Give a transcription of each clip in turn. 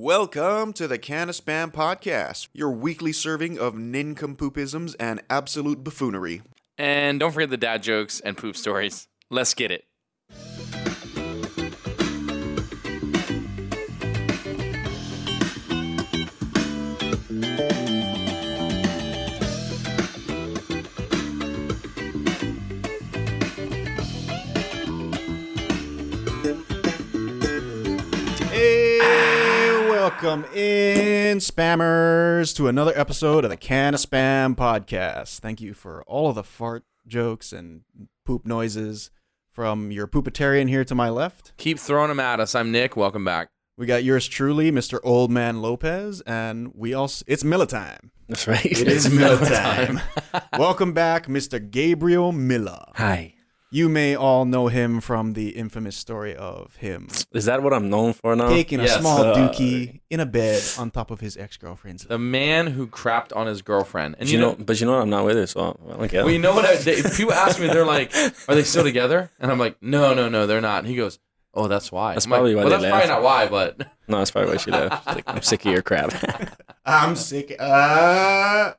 Welcome to the Can of Spam podcast, your weekly serving of nincompoopisms and absolute buffoonery. And don't forget the dad jokes and poop stories. Let's get it. Hey, welcome in, spammers, to another episode of the Can of Spam podcast. Thank you for all of the fart jokes and poop noises from your poopitarian here to my left. Keep throwing them at us. I'm Nick. Welcome back. We got yours truly, Mr. Old Man Lopez, and we also it's Miller time. That's right. Miller time. Welcome back, Mr. Gabriel Miller. Hi. You may all know him from the infamous story of him Is that what I'm known for now? taking yes. a small Uh, dookie in a bed on top of his ex-girlfriend's. The man who crapped on his girlfriend. And But you know, but you know, I'm not with her, so I don't care. well, you know what? I, they, people ask me, they're like, "Are they still together?" And I'm like, "No, no, no, they're not." And he goes, "Oh, that's why." That's I'm like, probably why Well, they that's probably laugh. not why, but no, that's probably why she left. She's like, I'm sick of your crap. I'm sick. Uh...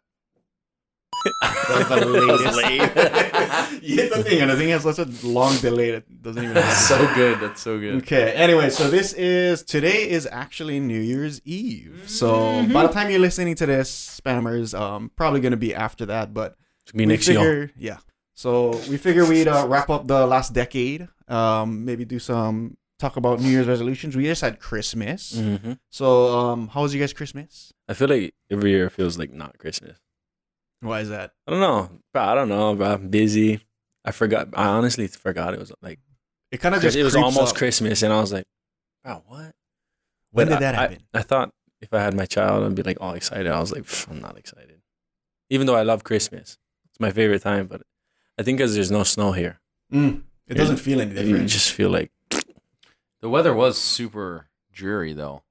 the yeah, the thing, and the thing is, such a long delay that doesn't even. that's so good. That's so good. Okay. Anyway, so this is today is actually New Year's Eve. So Mm-hmm. by the time you're listening to this, spammers, um, probably gonna be after that, but Me we next year. figure, yeah. So we figure we'd uh, wrap up the last decade. Um, maybe do some talk about New Year's resolutions. We just had Christmas. hmm So um, how was you guys Christmas? I feel like every year feels like not Christmas. Why is that? I don't know, bro. I don't know, bro. I'm busy. I forgot. I honestly forgot it was like It kind of Chris- just it was creeps almost up. Christmas, and I was like, bro, what? When But did that I- I- happen? I, thought if I had my child, I'd be like all excited. I was like, "Pff, I'm not excited. Even though I love Christmas, it's my favorite time, but I think because there's no snow here, Mm, it doesn't feel any you different. just feel like The weather was super dreary though.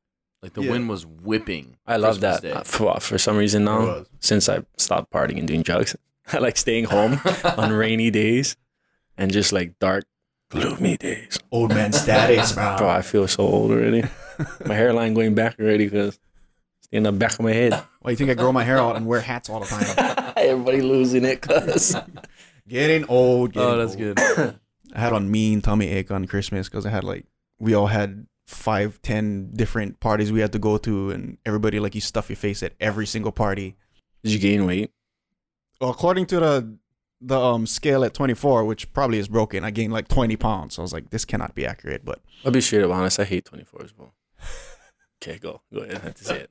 Like the Yeah. wind was whipping. I love Christmas that. Uh, For, for some reason It now, was. since I stopped partying and doing drugs, I like staying home on rainy days and just like dark, gloomy days. Old man status, Bro, bro. I feel so old already. my hairline going back already because it's in the back of my head. Why you think I grow my hair out and wear hats all the time? Everybody losing it, cuz. Getting old. Getting Oh, that's old. good. I had on mean tummy ache on Christmas because I had like we all had five, ten different parties we had to go to, and everybody like you stuff your face at every single party. Did you gain weight? According to the the um scale at 24, which probably is broken, I gained like 20 pounds. So I was like, this cannot be accurate, but I'll be straight up honest. I hate 24 as well. Okay, go. Go ahead. That's it.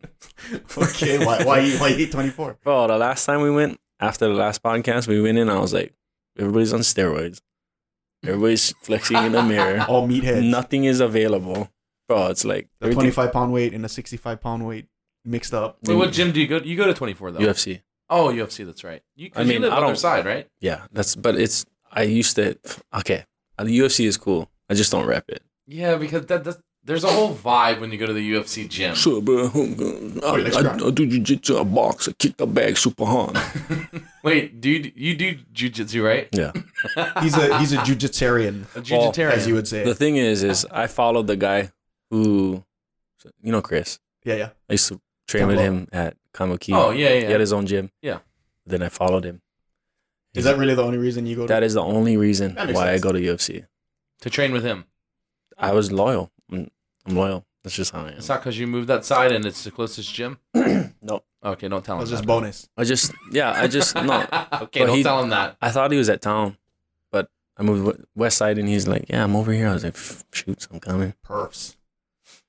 okay, why why you why you 24? Bro, the last time we went, after the last podcast, we went in. I was like, everybody's on steroids. Everybody's flexing in the mirror. All meatheads. Nothing is available. Bro, it's like The 25 pound weight and the 65 pound weight mixed up. Wait, what gym do you go? You go to 24 though. UFC. Oh, UFC. That's right. You, 'cause I you mean, live I on their don't- side, right? Yeah, that's, but it's, I used to, okay. The UFC is cool. I just don't rep it. Yeah, because that that's, there's a whole vibe when you go to the UFC gym. Sure, bro. Wait, let's try. do jiu-jitsu, I box, I kick the bag super hard. Wait, do you, you do jujitsu, right? Yeah. He's a he's a jujitarian, A jujitarian. as you would say. The thing is, is I followed the guy who, you know, Chris. yeah, yeah. I used to train with him at Kamuki. oh yeah, yeah. He had his own gym. Yeah. Then I followed him. Is that really the only reason you go to That is the only reason That why makes I sense. go to UFC. to train with him. I was loyal. I'm, I'm loyal. That's just how I am. It's not because you moved that side and it's the closest gym. no, Okay, don't tell that was him. just that. bonus. I just yeah. I just no. okay, But don't he- tell him that. I thought he was at town, but I moved w- west side, and he's like, "Yeah, I'm over here." I was like, "Pff, "Shoots, I'm coming." Perfs.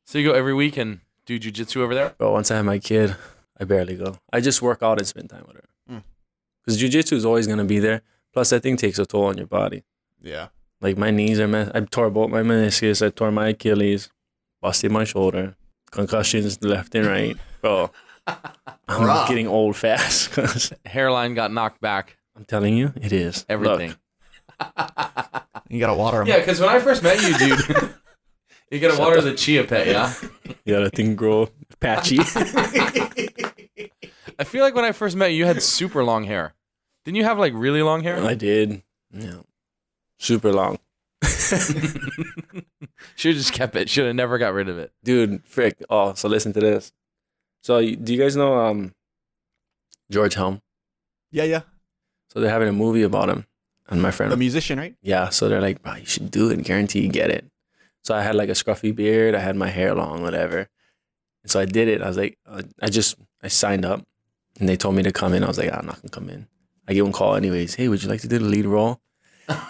So you go every week and do jujitsu over there. But once I have my kid, I barely go. I just work out and spend time with her. Hmm. Mm. Because jujitsu is always going to be there. Plus, that thing takes a toll on your body. Yeah. Like, my knees are messed. I tore both my meniscus. I tore my Achilles. Busted my shoulder. Concussions left and right. Bro, I'm Bruh. getting old fast. 'cause Hairline got knocked back. I'm telling you, it is. Look, Everything. You gotta water them. Yeah, because when I first met you, dude, you gotta water the chia pet. Yeah. yeah, that thing grow patchy. I feel like when I first met you, you had super long hair. Didn't you have like really long hair? I did. Yeah. Super long. Should have just kept it. Should have never got rid of it. dude frick oh so listen to this so you- do you guys know um george helm Yeah, yeah. so they're having a movie about him and my friend The musician, right? yeah so they're like bro you should do it and guarantee you get it so i had like a scruffy beard i had my hair long whatever and so i did it i was like uh, i just i signed up and they told me to come in i was like "Ah, i'm not gonna come in i give them a call anyways hey would you like to do the lead role and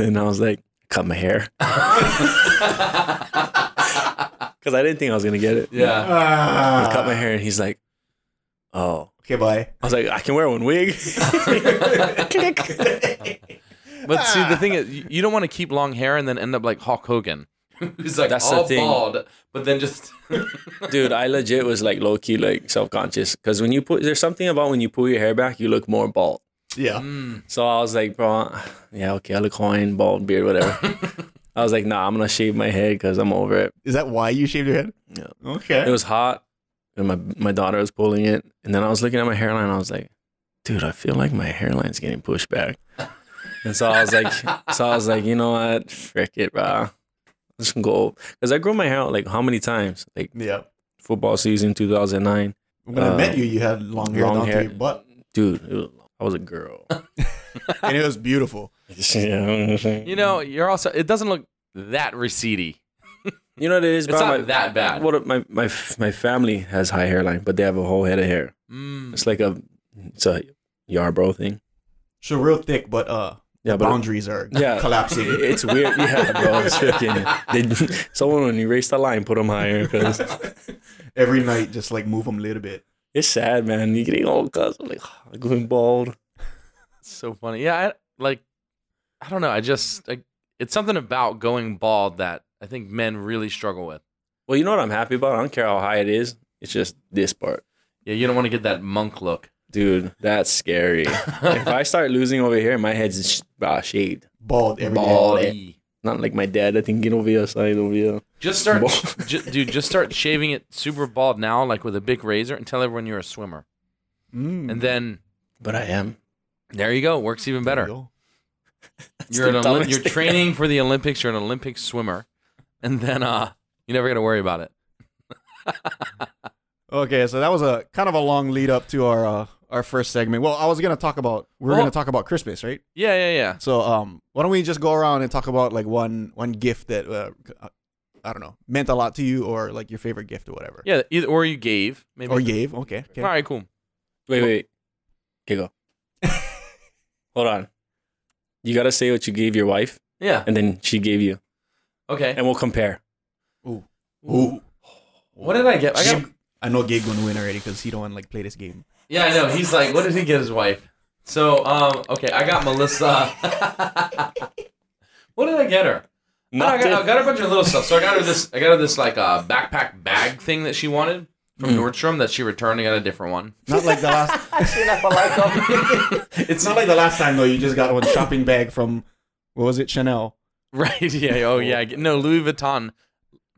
then i was like cut my hair because i didn't think i was gonna get it yeah. I cut my hair and he's like, oh. Ah. Okay, bye. I was like, I can wear one wig. But see, the thing is, you- you don't want to keep long hair and then end up like Hulk Hogan, who's like That's the all thing. bald, but then just Dude, I legit was like low key, like self conscious. Because when you put, there's something about when you pull your hair back, you look more bald. Yeah. Mm. So I was like, bro, yeah, okay, I look Hawaiian, bald beard, whatever. I was like, nah, I'm going to shave my head because I'm over it. Is that why you shaved your head? Yeah. It Okay. was hot and my, my daughter was pulling it. And then I was looking at my hairline. I was like, dude, I feel like my hairline's getting pushed back. And so I was like, so I was like, you know what? Frick it, bro. I'm just gonna go. Cause I grew my hair out like how many times? Like yeah. football season 2009. When I Uh, met you, you had long hair long down hair. to your butt, Dude, it was, I was a girl. and it was beautiful. you, you know you're also it doesn't look that receidy. you know what it is, It's bro? not My- that bad. What my, my my family has high hairline, but they have a whole head of hair. Mm. It's like a it's a Yarbrough thing. So real thick, but uh, Yeah, but boundaries are Yeah. collapsing. It's weird, yeah, bro. It's freaking. They, someone when you erase the line, put them higher because Every night, just like move them a little bit. it's sad, man. You're getting old, cuz I'm like I'm going bald. It's so funny. Yeah, I, like I don't know. I just I, it's something about going bald that I think men really struggle with. Well, you know what I'm happy about? I don't care how high it is. It's just this part, Yeah, you don't want to get that monk look. dude. That's scary. if I start losing over here, my head's sh- ah, shaved. Bald every day. Baldy. Not like my dad. I think get over here, side over here. Just start, Bald. ju- dude. Just start shaving it super bald now, like with a big razor, and tell everyone you're a swimmer. Mm. And then But I am. there you go. Works even There you better. go. You're an the Oli- dumbest you're thing. training for the Olympics. You're an Olympic swimmer, and then uh, you never got to worry about it. Okay, so that was a kind of a long lead up to our uh, our first segment. Well, I was gonna talk about we were Well- gonna talk about Christmas, right? Yeah, yeah, yeah. So um, why don't we just go around and talk about like one one gift that uh, I don't know meant a lot to you or like your favorite gift or whatever. Yeah, either or you gave maybe. Or gave. Okay. okay. All right, cool. Wait, wait. Okay, go. Hold on. You gotta say what you gave your wife, Yeah. and then she gave you, Okay. and we'll compare. Ooh. Ooh. What did I get? I got. I know Gabe gonna win already because he don't want to like play this game. Yeah, I know. He's like, what did he get his wife? So, um, okay, I got Melissa. what did I get her? No, I, got, I got her a bunch of little stuff. So I got her this. I got her this like uh, backpack bag thing that she wanted from Nordstrom that she returned. I got a different one. Not like the last. it's not like the last time though. You just got one shopping bag from what was it Chanel? Right? Yeah. Oh yeah. I get- No Louis Vuitton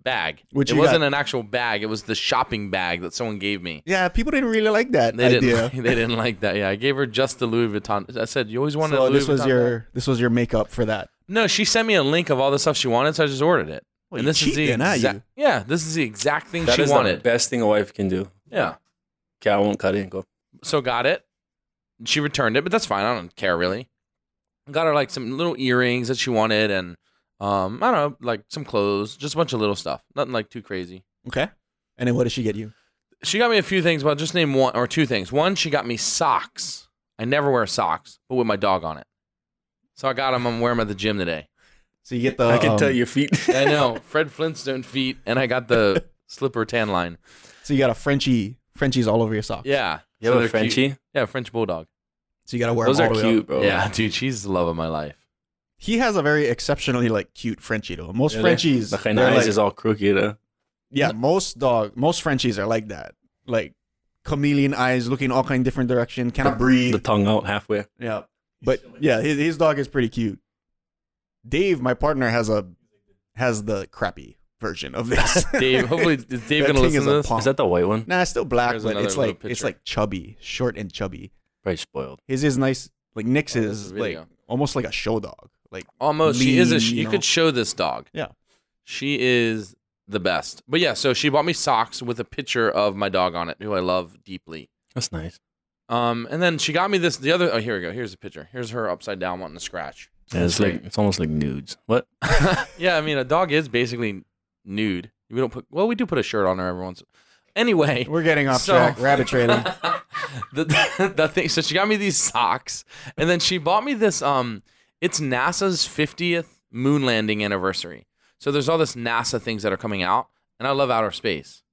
bag. Which it you wasn't got- an actual bag. It was the shopping bag that someone gave me. Yeah, people didn't really like that They idea. didn't. They didn't like that. Yeah, I gave her just the Louis Vuitton. I said, "You always wanted a So Louis this was Vuitton your bag." this was your makeup for that. No, she sent me a link of all the stuff she wanted, so I just ordered it. Well, and you this is the cheating, aren't exact, you? yeah, this is the exact thing That she is wanted. the best thing a wife can do. yeah, Okay, I won't cut in. Go. so got it. She returned it, but that's fine. I don't care really. Got her like some little earrings that she wanted, and um, I don't know, like some clothes, just a bunch of little stuff, nothing like too crazy. Okay. And then what did she get you? She got me a few things, but I'll just name one or two things. One, she got me socks. I never wear socks, but with my dog on it. So I got them. I'm wearing them at the gym today. So you get the. I can um, tell your feet. I know Fred Flintstone feet, and I got the slipper tan line. So you got a Frenchie. Frenchies all over your socks. Yeah, You So have a they're cute. Frenchie? Oh. Yeah, French bulldog. So you got to wear Those them are all the way up. cute, bro. Yeah, dude, she's the love of my life. He has a very exceptionally like cute Frenchie though. Most Yeah, they- Frenchies, The they're kind of eyes like- is all crooked. uh, Huh? yeah, most dog, most Frenchies are like that, like chameleon eyes, looking all kind of different direction, cannot breathe. The tongue out halfway. Yeah, but yeah, his, his dog is pretty cute. Dave, my partner, has a has the crappy version of this. Dave, hopefully, is That Dave gonna thing listen is to a this? punk. Is that the white one? nah, it's still black, There's but another it's little like it's picture. like chubby, short and chubby. Probably spoiled. His is nice, like Nick's Oh, this is is like video. almost like a show dog, Like Almost. she is. A, lean, sh- you you know? could show this dog. Yeah. She is the best. But yeah, so she bought me socks with a picture of my dog on it, who I love deeply. That's nice. Um, and then she got me this. The other. Oh, here we go. Here's a picture. Here's her upside down wanting to scratch. Yeah, it's like it's almost like nudes. What? yeah, I mean, a dog is basically nude. We don't put. Well, we do put a shirt on her every once. Anyway. we're getting off So- track. Rabbit trailing. the, the, thing. So she got me these socks, and then she bought me this. Um, it's NASA's 50th moon landing anniversary. So there's all this NASA things that are coming out, and I love outer space.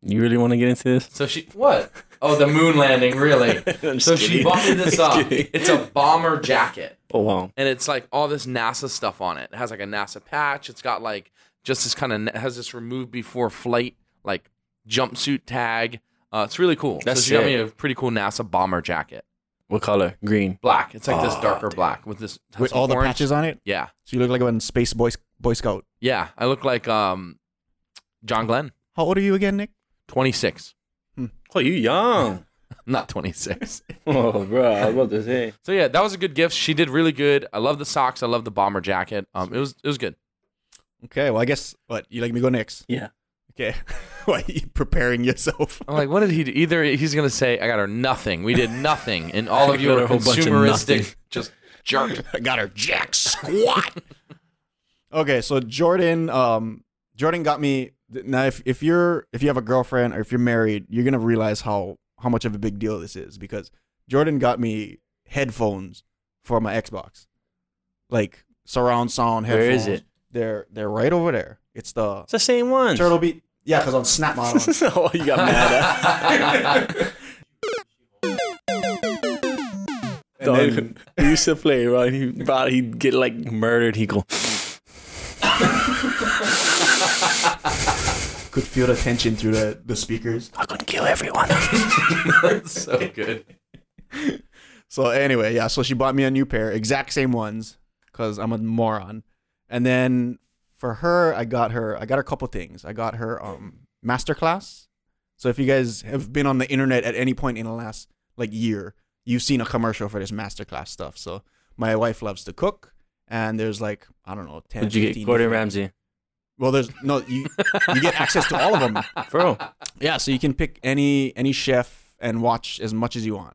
You really want to get into this? So she what? Oh, the moon landing, really? so she bought me this. Uh, it's a bomber jacket, Oh wow. and it's like all this NASA stuff on it. It has like a NASA patch. It's got like just this kind of has this removed before flight like jumpsuit tag. Uh, it's really cool. That's so she got sick. me a pretty cool NASA bomber jacket What color? Green. black. It's like this Oh, darker dude. black with this has With some all the orange- patches on it, Yeah, so you look like a space boy boy scout. yeah. I look like um, John Glenn, How old are you again, Nick? twenty six, Oh, you young. not twenty six. oh, bro. I was about to say. so yeah, that was a good gift. She did really good. I love the socks. I love the bomber jacket. Um, it was it was good. Okay, well I guess what you like me to go next. Yeah. Okay, why are you preparing yourself? I'm like, what did he do? Either he's gonna say, "I got her nothing. We did nothing," and all of you got her are a whole bunch of consumeristic, nothing. just jerk. I got her jack squat. okay, so Jordan, um, Jordan got me. Now, if if you're if you have a girlfriend or if you're married, you're gonna realize how how much of a big deal this is because Jordan got me headphones for my Xbox, like surround sound headphones. Where is it? They're they're right over there. It's the It's the same one. Turtle Beat. Yeah, because on Snap Model. oh, you got mad at. Dog, then- we used to play, right? He, bro, he'd get like murdered. He'd go, Could feel the tension through the the speakers. I'm going to kill everyone. That's so good. So anyway, yeah. So she bought me a new pair, exact same ones, cause I'm a moron. And then for her, I got her. I got her a couple things. I got her um masterclass. So if you guys have been on the internet at any point in the last like year, you've seen a commercial for this masterclass stuff. So my wife loves to cook, and there's like I don't know ten. Would you get 15 Gordon different- Ramsay? Well, there's no you. You get access to all of them. Bro. Yeah, so you can pick any any chef and watch as much as you want,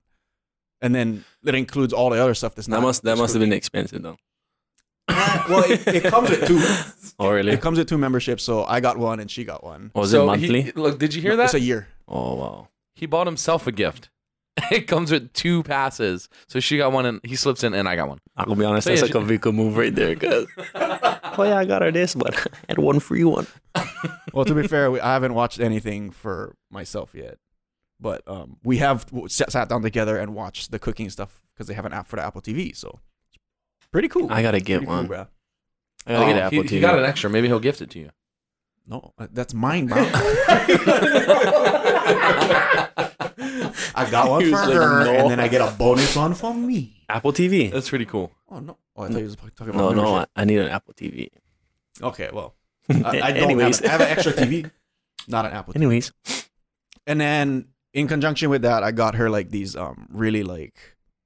and then that includes all the other stuff that's not. That must that just must have cooking. been expensive though. well, it, it comes with two. Oh really? It comes with two memberships, so I got one and she got one. Was so it monthly? He, look, did you hear that? It's a year. oh wow. He bought himself a gift. It comes with two passes. So she got one and he slips in and I got one. I'm gonna be honest, So that's yeah, like a Vico move right there, cause oh yeah, I got her this, but I had one free one. Well, to be fair, we, I haven't watched anything for myself yet, but um, we have w- sat, sat down together and watched the cooking stuff because they have an app for the Apple TV. So pretty cool. I gotta get Pretty cool, one. bruh. I gotta get Oh, an Apple he, TV. he got an extra. Maybe he'll gift it to you. No, uh, that's mine, bro. I got one He for was like, her, "No." and then I get a bonus one for me. Apple TV. That's pretty cool. Oh no! Oh, I thought you was talking about No, no, membership. I, I need an Apple TV. Okay, well, I, I don't Anyways. have, an- I have an extra TV, not an Apple. TV. Anyways, And then in conjunction with that, I got her like these um really like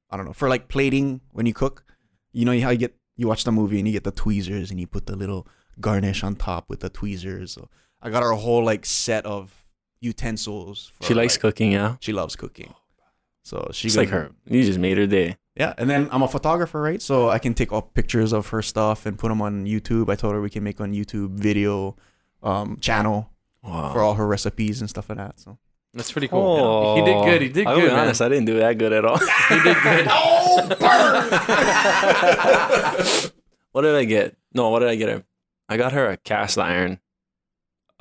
I don't know for like plating when you cook. You know how you get you watch the movie and you get the tweezers and you put the little garnish on top with the tweezers. So I got her a whole like set of utensils. For, she likes like- cooking, yeah. She loves cooking. So she She's like gonna- her. You just made her day. Yeah, and then I'm a photographer, right? So I can take all pictures of her stuff and put them on YouTube. I told her we can make on YouTube video um, channel Wow. for all her recipes and stuff like that. So That's pretty cool. He did good. He did Oh. I'll good. Be honest, I didn't do that good at all. man. He did good. what did I get? No, what did I get her? I got her a cast iron.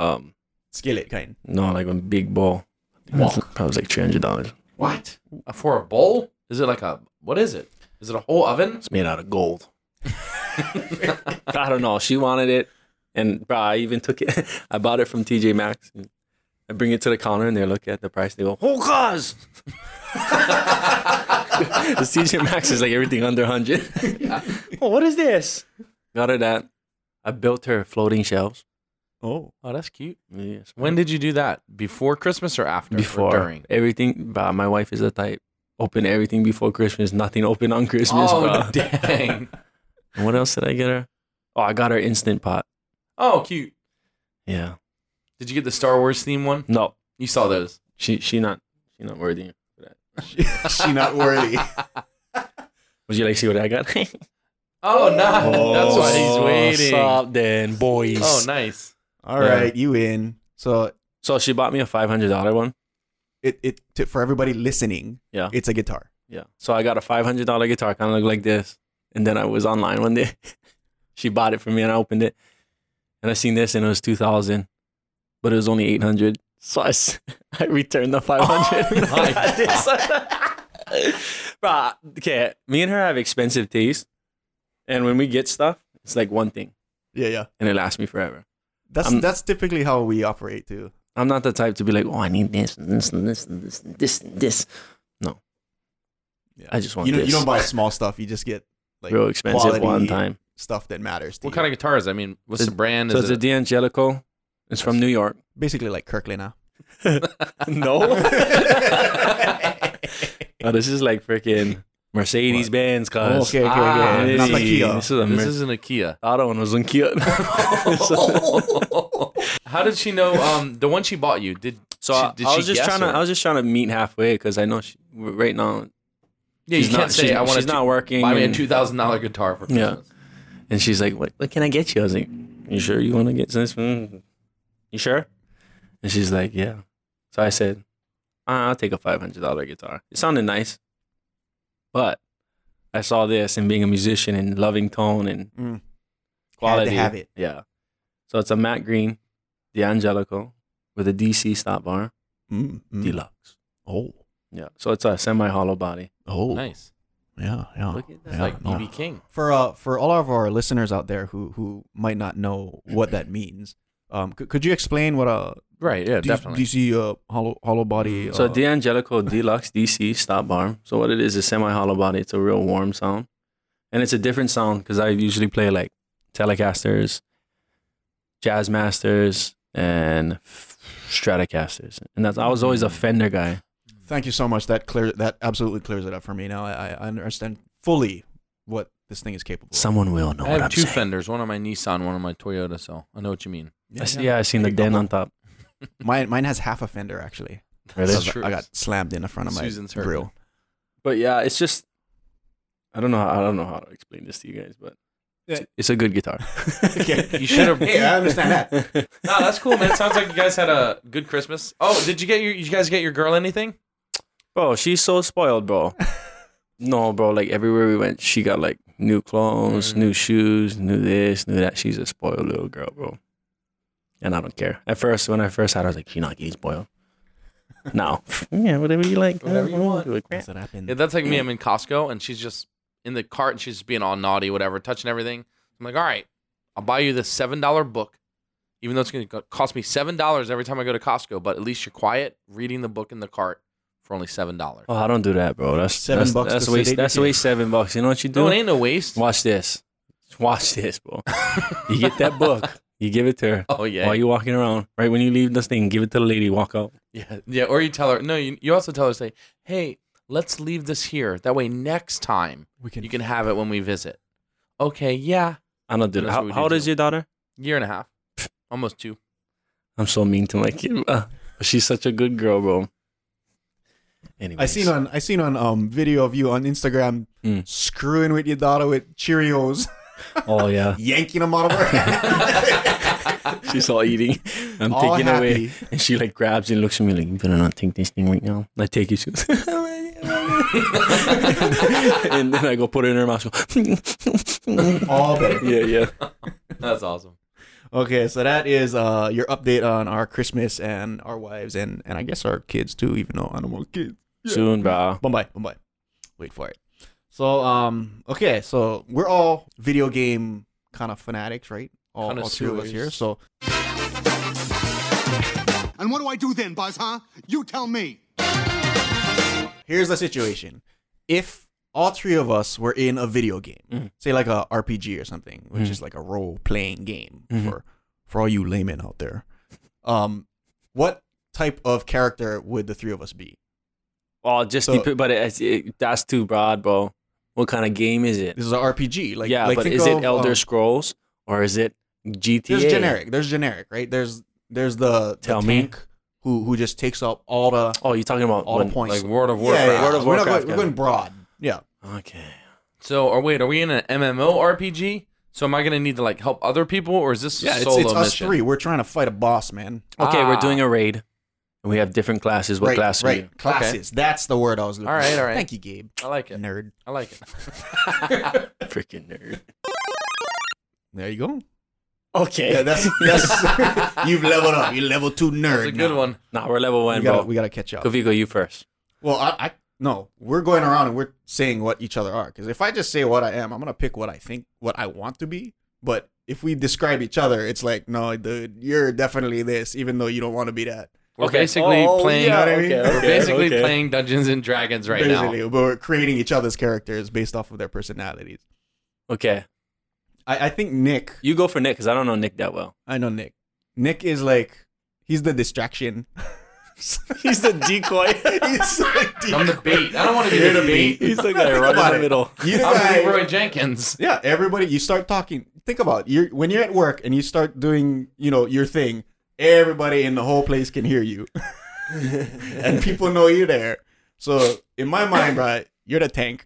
Um, skillet kind. no, like a big bowl. That was like three hundred dollars. What? For a bowl? Is it like a what is it? Is it a whole oven? It's made out of gold. I don't know. She wanted it, and bro, I even took it. I bought it from TJ Maxx. And I bring it to the counter, and they look at the price. They go, "Oh, cause." Because TJ Maxx is like everything under hundred. oh, what is this? Got her that. I built her floating shelves. Oh, Oh, that's cute. Yes. When did you do that? Before Christmas or after? before Or during? everything, bro, my wife is the type open everything before Christmas. Nothing open on Christmas, oh bro. dang! And what else did I get her? Oh, I got her instant pot. Oh, cute. Yeah. Did you get the Star Wars theme one? No, You saw those. she she not she not worthy. she not worthy. Would you like to see what I got? Oh, nice. That's why he's Oh, waiting. Sup then, boys. Oh, nice. All Yeah. right, you in. So So she bought me a five hundred dollar one. it it to, for everybody listening, Yeah. it's a guitar. Yeah. So I got a five hundred dollar guitar, kind of looked like this. And then I was online one day. she bought it for me, and I opened it, and I seen this, and it was two thousand, but it was only eight hundred. So I, s- I returned the five hundred. Oh my Bro, okay. Me and her have expensive taste, and when we get stuff, it's like one thing, Yeah, yeah. and it lasts me forever. That's I'm- that's typically how we operate too. I'm not the type to be like, oh, I need this, and this, and this, and this, and this, and this. No, Yeah. I just want you don't, this. you don't buy small stuff. You just get like real expensive quality one time. stuff that matters. To What you. kind of guitar is that? I mean, what's It's- the brand? So is it's a D'Angelico. It's from New York. basically like Kirkland now? Oh, this is like freaking Mercedes Benz, cause Oh, okay, okay, Ah, okay. Not like Kia. Uh, This is a this Mer- isn't a Kia. other one was in Kia. How did she know um, the one she bought you? Did so She- I, did I she was just guess trying to or- I was just trying to meet halfway because I know she, right now yeah, she's you can't not, say she's, I want she's to not working. buy me a and- two thousand dollar guitar for Yeah. Christmas. And she's like, "What? What can I get you?" I was like, "You sure you want to get this? Mm. You sure?" And she's like, "Yeah." So I said, "Uh, "I'll take a five hundred dollar guitar." It sounded nice, but I saw this and being a musician and loving tone and Mm. quality, have it. Yeah. So it's a matte green, D'Angelico with a DC stop bar, Mm, mm. deluxe. Oh, Yeah. So it's a semi hollow body. oh, Nice, yeah, yeah. Look at that. yeah, like no. BB King. for uh for all of our listeners out there who who might not know what that means. Um, could, could you explain what a Right? Yeah, D- definitely. Mm. DC uh, hollow hollow body? Uh, So D'Angelico Deluxe DC stop bar. So what it is is semi hollow body. It's a real warm sound, and it's a different sound because I usually play like Telecasters, Jazz Masters, and Stratocasters, and that's I was always a Fender guy. Thank you so much. That clear that absolutely clears it up for me. Now I, I understand fully what this thing is capable. of. Someone will know I what have I'm two saying. Fenders, one on my Nissan, one on my Toyota. So I know what you mean. I see, yeah, I seen the There you go. den on top. Mine mine has half a fender actually. Really? That's I- true. I got slammed in the front of my Susan's hurt. grill. But yeah, it's just I don't know. How, I don't know how to explain this to you guys, but Yeah. it's, it's a good guitar. You should have. Hey, I understand that. No, that's cool, man. It sounds like you guys had a good Christmas. Oh, did you get your? You guys get your girl anything? Mm. Bro, she's so spoiled, bro. no, bro, like everywhere we went, she got like new clothes, Mm. new shoes, new this, new that. She's a spoiled little girl, bro. And I don't care. At first, when I first had her, I was like, she's not getting spoiled. No. yeah, whatever you like. Whatever you I don't want. give a crap. That's what happened. Yeah, that's like me. I'm in Costco and she's just in the cart and she's being all naughty, whatever, touching everything. I'm like, all right, I'll buy you this seven dollar book, even though it's going to cost me seven dollars every time I go to Costco. But at least you're quiet, reading the book in the cart for only seven dollars. Oh, I don't do that, bro. That's Seven that's, bucks That's to waste. sedate your That's waste kids. seven bucks. You know what you do? No, it ain't no waste. Watch this. Watch this, bro. you get that book. You give it to her Oh yeah, while you're walking around. Right when you leave this thing, give it to the lady. Walk out. yeah, yeah. Or you tell her. No, you, you also tell her say, hey, let's leave this here. That way, next time we can, you can have it when we visit. Okay, yeah, I don't do that. That's what How, we how do old is too. your daughter? year and a half, almost two. I'm so mean to my kid. bro. She's such a good girl, bro. Anyways. I seen on I seen on um video of you on Instagram Mm. screwing with your daughter with Cheerios, Oh yeah, yanking them out of her hand. she's all eating. I'm All taking it away, happy. and she like grabs and looks at me like, "You better not take this thing right now." I take it. She goes, and then I go put it in her mouth. She goes, All better. yeah, yeah. That's awesome. Okay, so that is uh your update on our Christmas and our wives and and I guess our kids too, even though I don't want kids. Soon, bro. Bombay, Bombay. Wait for it. So um okay, so we're all video game kind of fanatics, right? All, all three of us Connoisseurs. here. So And what do I do then, Buzz, huh? You tell me. here's the situation. If all three of us were in a video game, Mhm. say like a RPG or something, which Mhm. is like a role playing game Mhm. for for all you laymen out there, um, what type of character would the three of us be? Oh, just So- dep- but it, it, that's too broad, bro. What kind of game is it? This is an RPG. Like yeah, like, but think is it of, Elder um, Scrolls or is it GTA? There's generic. There's generic, right? There's there's the, the Tell me. tank who who just takes up all the Oh, you're talking about all the when- points. Like World of Yeah, Warcraft. yeah, yeah. World of We're not Warcraft, going- we're yeah. going broad. Yeah. Okay. So, or wait, are we in an MMO RPG? So, am I gonna need to like help other people, or is this a Yeah, it's, solo it's us mission? three. We're trying to fight a boss, man. Okay, Ah. we're doing a raid. And we have different classes. What right, class are right. you? Classes. That's the word I was looking All right, for. all right. Thank you, Gabe. I like it. Nerd. I like it. Freaking nerd. There you go. Okay. Yeah, that's that's you've leveled up. You're level two nerd. That's a good now. one. nah, we're level We one, gotta, bro. we gotta catch up. Kovigo, you first. Well, I, I no, we're going around and we're saying what each other are. Because if I just say what I am, I'm gonna pick what I think, what I want to be. But if we describe each other, it's like, no, dude, you're definitely this, even though you don't want to be that. We're Okay. basically Oh, playing. yeah, okay, we're okay, basically playing Dungeons and Dragons right Basically, But we're creating each other's characters based off of their personalities. Okay. I, I think Nick. You go for Nick because I don't know Nick that well. I know Nick. Nick is like, he's the distraction. He's the decoy. he's like, now. I'm the bait. I don't want to be the bait. He's the guy right about in the it. middle. you know, I'm I- Leroy Jenkins. Yeah, everybody. You start talking. Think about you when you're at work and you start doing, you know, your thing. Everybody in the whole place can hear you, and people know you're there. So in my mind, right, you're the tank.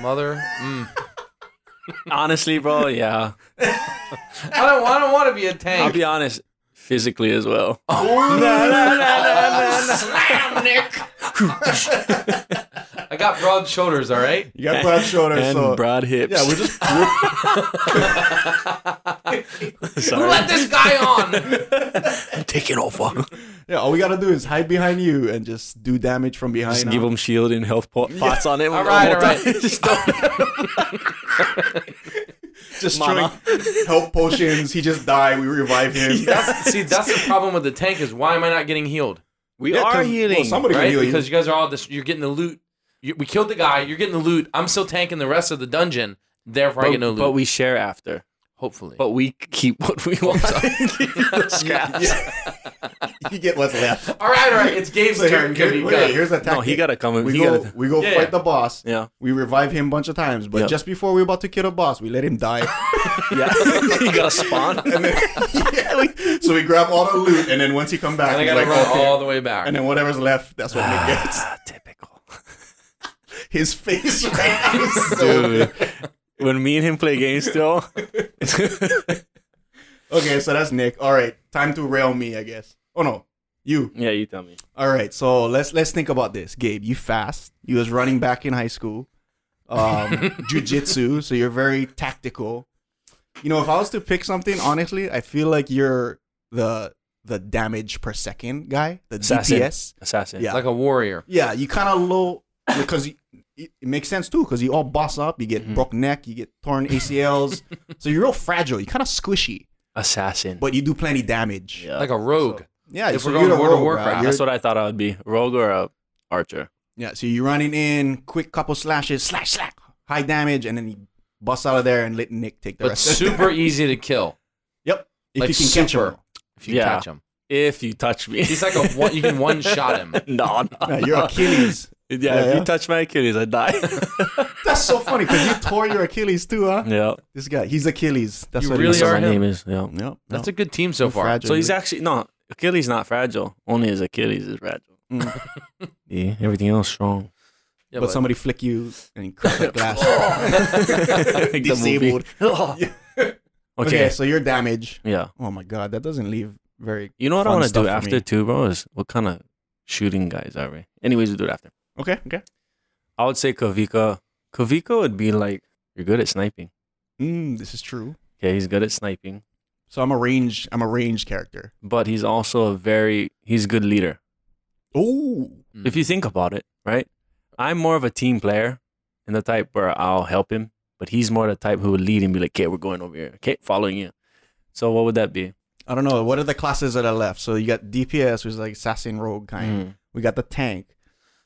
Mother. Mm. Honestly, bro, yeah. I don't. I don't want to be a I'll tank. be honest. Physically as well. Oh, Slam, Nick. I got broad shoulders. All right. You got broad shoulders. and so broad hips. yeah, we're just we're, Who let this guy on? taking over. yeah. All we gotta do is hide behind you and just do damage from behind. Just give him shield and health pot- pots on it. All right, all right. Just don't- just throwing mama. help potions. He just die. We revive him. That's, see, that's the problem with the tank. Is why am I not getting healed? we Yeah, 'cause- are well, healing. somebody can right? heal you. Because you guys are all this. You're getting the loot. You, we killed the guy. You're getting the loot. I'm still tanking the rest of the dungeon. Therefore, I but, get no loot. but we share after. hopefully. But we keep what we want. you get what's left. all right, all right. It's Gabe's So here, turn. Give here, me wait, go. here's the tactic. No, he gotta come. in. we He go, gotta. we go Yeah, fight yeah. the boss. Yeah. We revive him a bunch of times, but Yeah. just before we were about to kill a boss, we let him die. Yeah, he gotta spawn. Yeah, we- so we grab all the loot, and then once he come back, And I he's gotta like, run okay. all the way back. and then whatever's left, that's what Nick gets. Ah, Typical. His face right now is so- Dude, when me and him play games still, Okay, so that's Nick. All right, time to rail me, I guess. Oh no, you. yeah, you tell me. All right, so let's let's think about this, Gabe. You fast. You was running back in high school, um, jujitsu. So you're very tactical. You know, if I was to pick something, honestly, I feel like you're the the damage per second guy, the Assassin. DPS. Assassin. Yeah. like a warrior. Yeah, you kind of low because you, it it makes sense too because you all boss up, you get Mm-hmm. broke neck, you get torn ACLs, so you're real fragile. You're kind of squishy, assassin. but you do plenty damage. Yeah, Like a rogue. yeah. If so we're you're going the World of rogue, Warcraft, right? You're- That's what I thought I would be. Rogue or a archer. Yeah, so you're running in, quick couple slashes, slash, slash, high damage, and then you bust out of there and let Nick take the but rest. super easy to kill yep. If like you can catch super. him. if you Yeah. catch him. If you touch me, He's like a one, you can one shot him. no, no, No, your no. Achilles. Yeah, Yeah, if yeah. you touch my Achilles, I die. That's so funny because you tore your Achilles too, huh? yeah, This guy, he's Achilles. That's You what really he is. that's what are my him. name is. Yeah. Yep, yep. That's a good team so You're far. fragile. So he's actually no Achilles not fragile. Only his Achilles is fragile. yeah, everything else strong. Yeah, but, but- somebody flick you and crack the glass. Oh. Like the movie. Disabled. okay. okay, so your damage. Yeah. Oh my god, that doesn't leave very. You know what I Fun want to stuff do for after me. too, bro? Is what kind of shooting guys are we? Anyways, we do it after. Okay, okay. I would say Kavika. Kavika would be like you're good at sniping. Mm, this is true. Okay, he's good at sniping, So I'm a range. I'm a range character. but he's also a very he's a good leader. Oh, If Mm-hmm. you think about it, right? I'm more of a team player and the type where I'll help him, but he's more the type who would lead and be like, okay, we're going over here. Okay, following you. So what would that be? I don't know. What are the classes that are left? So you got DPS, which is like assassin rogue kind. We got the tank.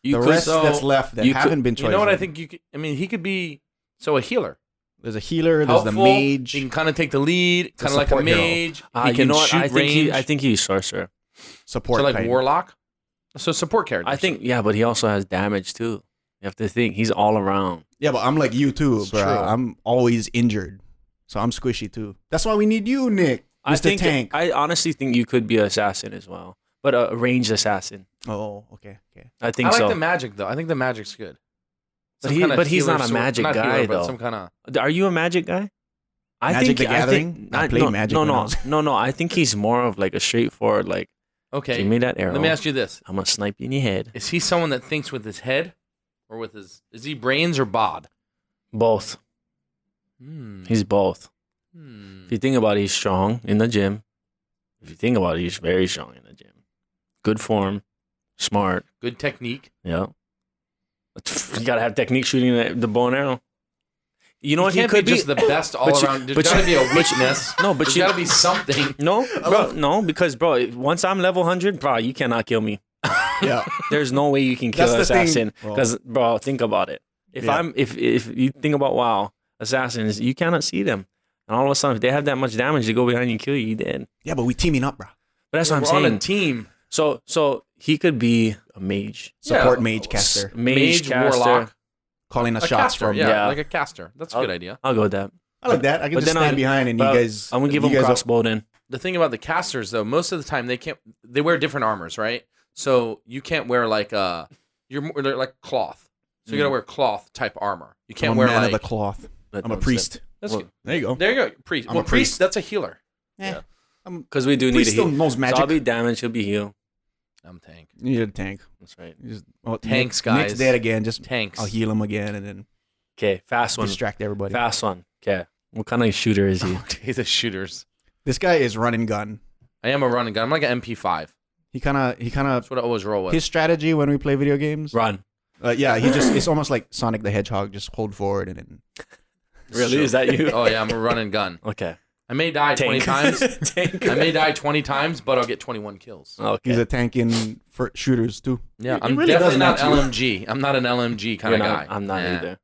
You the could- rest so- that's left that you could- haven't been chosen. you know what I think? You could, I mean, he could be so a healer. There's a healer. There's Helpful. the mage. He can kind of take the lead, a kind of like a support hero. mage. Ah, he you can know what? shoot I think range. he, I think he's sorcerer. support. so like kind. warlock. So support character. I think yeah, but he also has damage too. You have to think he's all around. Yeah, but I'm like you too, It's bro. true. I'm always injured, so I'm squishy too. That's why we need you, Nick. Mr. I think Tank. I honestly think you could be an assassin as well, but a ranged assassin. oh, okay, okay. I I think like so. the magic though. I think the magic's good. But Some he- kinda but he's healer not a sort- magic not guy, healer, but though. Some kind of Are you a magic guy? I Magic the think Gathering? I played no, Magic No, when I no, was- no, no. I think he's more of like a straightforward. Like, okay. give me that arrow. Let me ask you this: I'm gonna snipe you in your head. Is he someone that thinks with his head, or with his? Is he brains or bod? Both. Hmm. He's both. Hmm. If you think about it, he's strong in the gym. If you think about it, he's very strong in the gym. Good form, smart. Good technique. Yeah. You gotta have technique shooting the, the bow and arrow. You know what? He He can't be could be. just the best all you- around. There's but you- got to be a witness. no, but There's you got to be something. no, bro, no, because bro, once I'm level hundred, bro, you cannot kill me. Yeah, There's no way you can kill That's an the thing. assassin. Well- Because bro, think about it. If Yeah. I'm if if you think about wow, assassins, you cannot see them, and all of a sudden, if they have that much damage, they go behind you and kill you. You dead. yeah, but we teaming up, bro. But that's what We're I'm saying. on a team. So so he could be a mage, Support Yeah. mage caster, mage, caster. warlock, calling a the shots caster. from. Yeah, Yeah. like a caster. That's a good idea. I'll go with that. I like that. I can But just then stand I- behind and you But guys. I'm gonna give you him guys are- crossbow then. the thing about the casters though, most of the time they can't they wear different armors, right? So you can't wear like uh you're more, they're like cloth. So you gotta wear cloth type armor. You Mm. I'm can't a wear man like of the cloth. That I'm a don't priest. That's Well, good. There you go. Eh, there you go. Priest. I'm a well, priest, priest. that's a healer. yeah. Because we do need Priest a still heal. knows So magic. I'll be damaged. He'll be healed. I'm tank. you need a tank. That's right. You just- oh, Tanks, Nick- Nick's guys. dead again. Just Tanks. I'll heal him again and then Okay, fast one. distract everybody. Fast one. Okay. What kind of shooter is he? Okay, the shooters. This guy is run and gun. I am a running gun. I'm like an MP5. He kind of he kind of That's what I always roll with. his strategy when we play video games. Run. Uh, yeah, he just it's almost like Sonic the Hedgehog. Just hold forward and then Really? Is that you? oh yeah, I'm a running gun. Okay. I may die twenty Tank. times. Tank. I may die twenty times, but I'll get twenty one kills. Okay. he's a tank in for shooters too. Yeah, It- it I'm really definitely does not match you. LMG. I'm not an LMG kind You're of guy. not- I'm not Nah. either.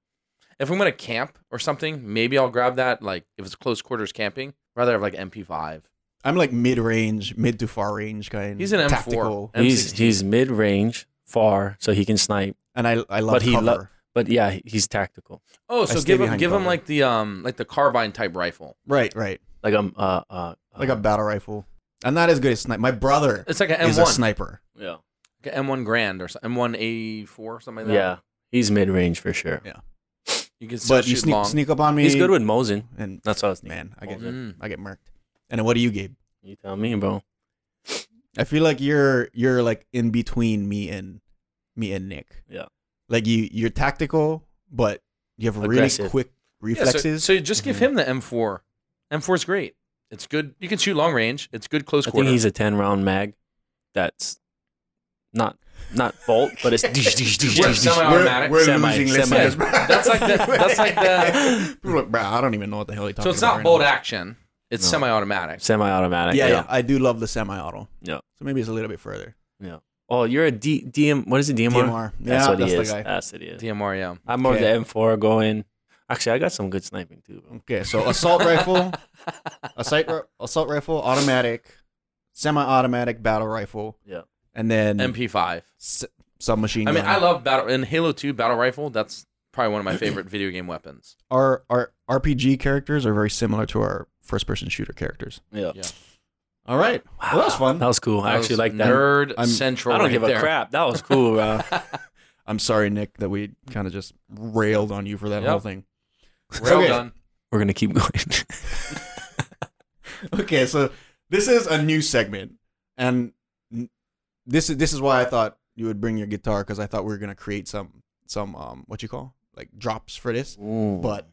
If I'm gonna camp or something, maybe I'll grab that. Like if it's close quarters camping, rather have like MP5. I'm like mid range, mid to far range kind. He's an M4. tactical, M16. He's he's mid range, far, so he can snipe. and I I love But he cover. lo- But yeah, he- he's tactical. oh, I so stay give him behind give him cover. like the um like the carbine type rifle. right, right, Like um uh uh like a battle rifle. I'm not as good as snipe. My brother It's like an is a M1, sniper. yeah like an M1 Grand or so- M1A4 or something like that. yeah. He's mid range for sure. you can still But shoot you sneak long. sneak up on me. He's good with Mosin. and That's what I was thinking. man, I get Mm. I get murked. And then what do you, Gabe? You tell me, bro. I feel like you're you're like in between me and me and Nick. Yeah. Like you you're tactical, but you have really Aggressive. quick Yeah, so- reflexes. so, just give him the M4. M4 is great. It's good. You can shoot long range. It's good close I quarter. think he's a ten round mag. That's not not bolt, but it's We're semi-automatic. we're Semi, losing semi. listeners. bruh. That's like the- that's like the- People are like, bruh, I don't even know what the hell he talking about. so it's not right bolt now." action. It's No. semi-automatic. semi-automatic. Yeah, yeah, I do love the semi-auto. Yeah. So maybe it's a little bit further. Oh, you're a D, DM. What is it? DMR. DMR. That's yeah, what that's he the is. guy. That's what he is. DMR, yeah. I'm more of Okay. the M4 going. Actually, I got some good sniping too. Bro. Okay, so assault rifle, assault ri- assault rifle, automatic, semi-automatic battle rifle. Yeah. And then MP5. s- submachine. I mean, gun. I love battle in Halo 2 battle rifle. That's probably one of my favorite video game weapons. our our RPG characters are very similar to our first person shooter characters. Yeah. Yeah. All right, well, that was fun. That was cool. I That actually was like that. Nerd I'm- Central. I don't right give there. a crap. That was cool, bro. I'm sorry, Nick, that we kind of just railed on you for that Yep. whole thing. Rail Okay. gun. We're gonna keep going. Okay, so this is a new segment, and n- this is this is why I thought you would bring your guitar because I thought we were gonna create some some um what you call like drops for this, but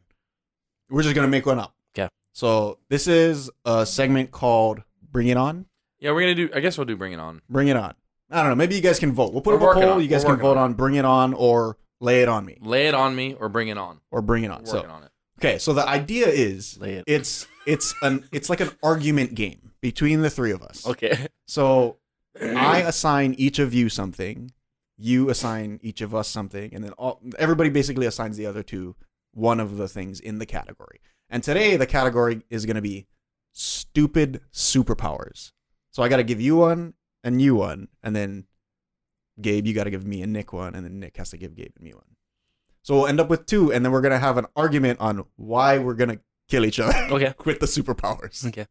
we're just gonna make one up. Okay. So this is a segment called "Bring It On." Yeah, we're gonna do. I guess we'll do Bring It On. Bring it on. I don't know. Maybe you guys can vote. We'll put We're up a working poll. on it. You guys We're can vote working on on "Bring It On" or "Lay It On Me." Lay it on me or Bring It On. or bring it We're on. working Ah, So on it. okay, so the idea is Lay it. it's it's an it's like an argument game between the three of us. okay. So I assign each of you something, you assign each of us something, and then all, everybody basically assigns the other two one of the things in the category. And today the category is going to be stupid superpowers. So I got to give you one and you one, and then Gabe, you got to give me and Nick one, and then Nick has to give Gabe and me one. So we'll end up with two, and then we're gonna have an argument on why we're gonna kill each other Okay. with the superpowers. Okay.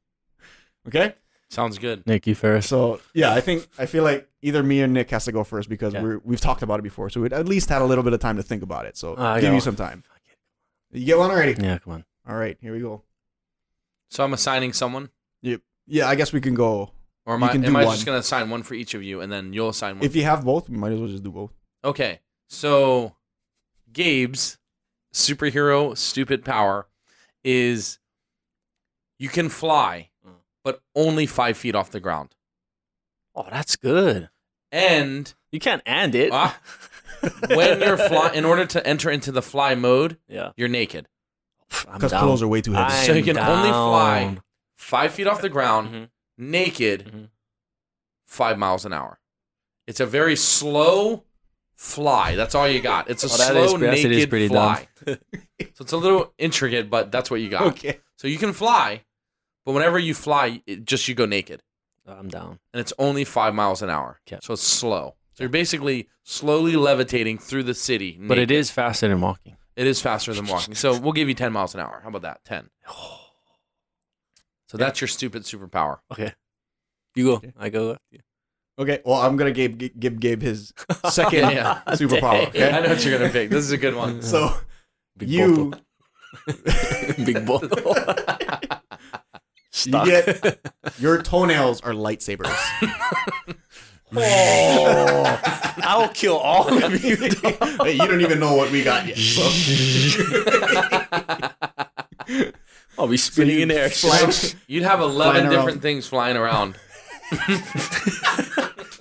Okay. Sounds good. Nick, you first. So yeah, I think I feel like either me or Nick has to go first because Yeah. we're, we've talked about it before, so we would at least had a little bit of time to think about it. So Ah, I got give you one. some time. You get one already. Yeah, come on. All right, here we go. So I'm assigning someone, Yeah, I guess we can go. or am You I? can Am do I one. just gonna assign one for each of you, and then you'll assign Mm. one? If you have both, we might as well just do both. okay. So, Gabe's superhero stupid power is you can fly, Mm. but only five feet off the ground, Oh, that's good. and You can't end it. Ah. when you're fly, in order to enter into the fly mode, yeah. you're naked. I'm Because down. clothes are way too heavy. I so you am can only fly down. five feet off the ground, Mhm. naked, Mhm. five miles an hour. It's a very slow fly. That's all you got. It's a Oh, that is slow pre- yes, it is naked pretty fly. so it's a little intricate, but that's what you got. okay. So you can fly, but whenever you fly, it just you go naked, I'm down. and it's only five miles an hour. Okay. So it's slow. So you're basically slowly levitating through the city. But it naked. is faster than walking. It is faster than walking. So we'll give you 10 miles an hour. How about that? 10. So that's your stupid superpower. Okay. You go. Okay. I go. Okay. Well, I'm gonna give give Gabe his second Yeah, yeah. superpower. Okay. I know what you're going to pick. This is a good one. So Big you bottle. Big bottle. you get your toenails are lightsabers. Oh, I'll kill all of you. Hey, you don't even know what we got yet. So, I'll be spinning you in the air. flash You'd have 11 Flying different around. things flying around.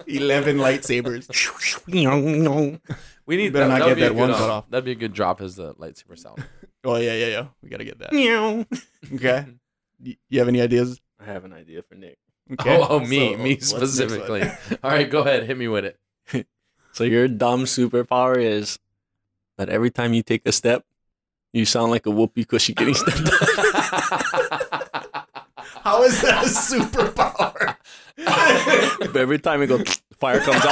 eleven lightsabers. We need better not would get be a that one good, cut uh, off. That'd be a good drop as the lightsaber sound. Oh yeah, yeah, yeah. We gotta get that. Okay. Y- You have any ideas? I have an idea for Nick. Okay. Oh, oh, me, So, me what's the next one? specifically. All right, go ahead. Hit me with it. So your dumb superpower is that every time you take a step, you sound like a whoopee cushy getting stepped on. How is that a superpower? But every time it goes, fire comes out.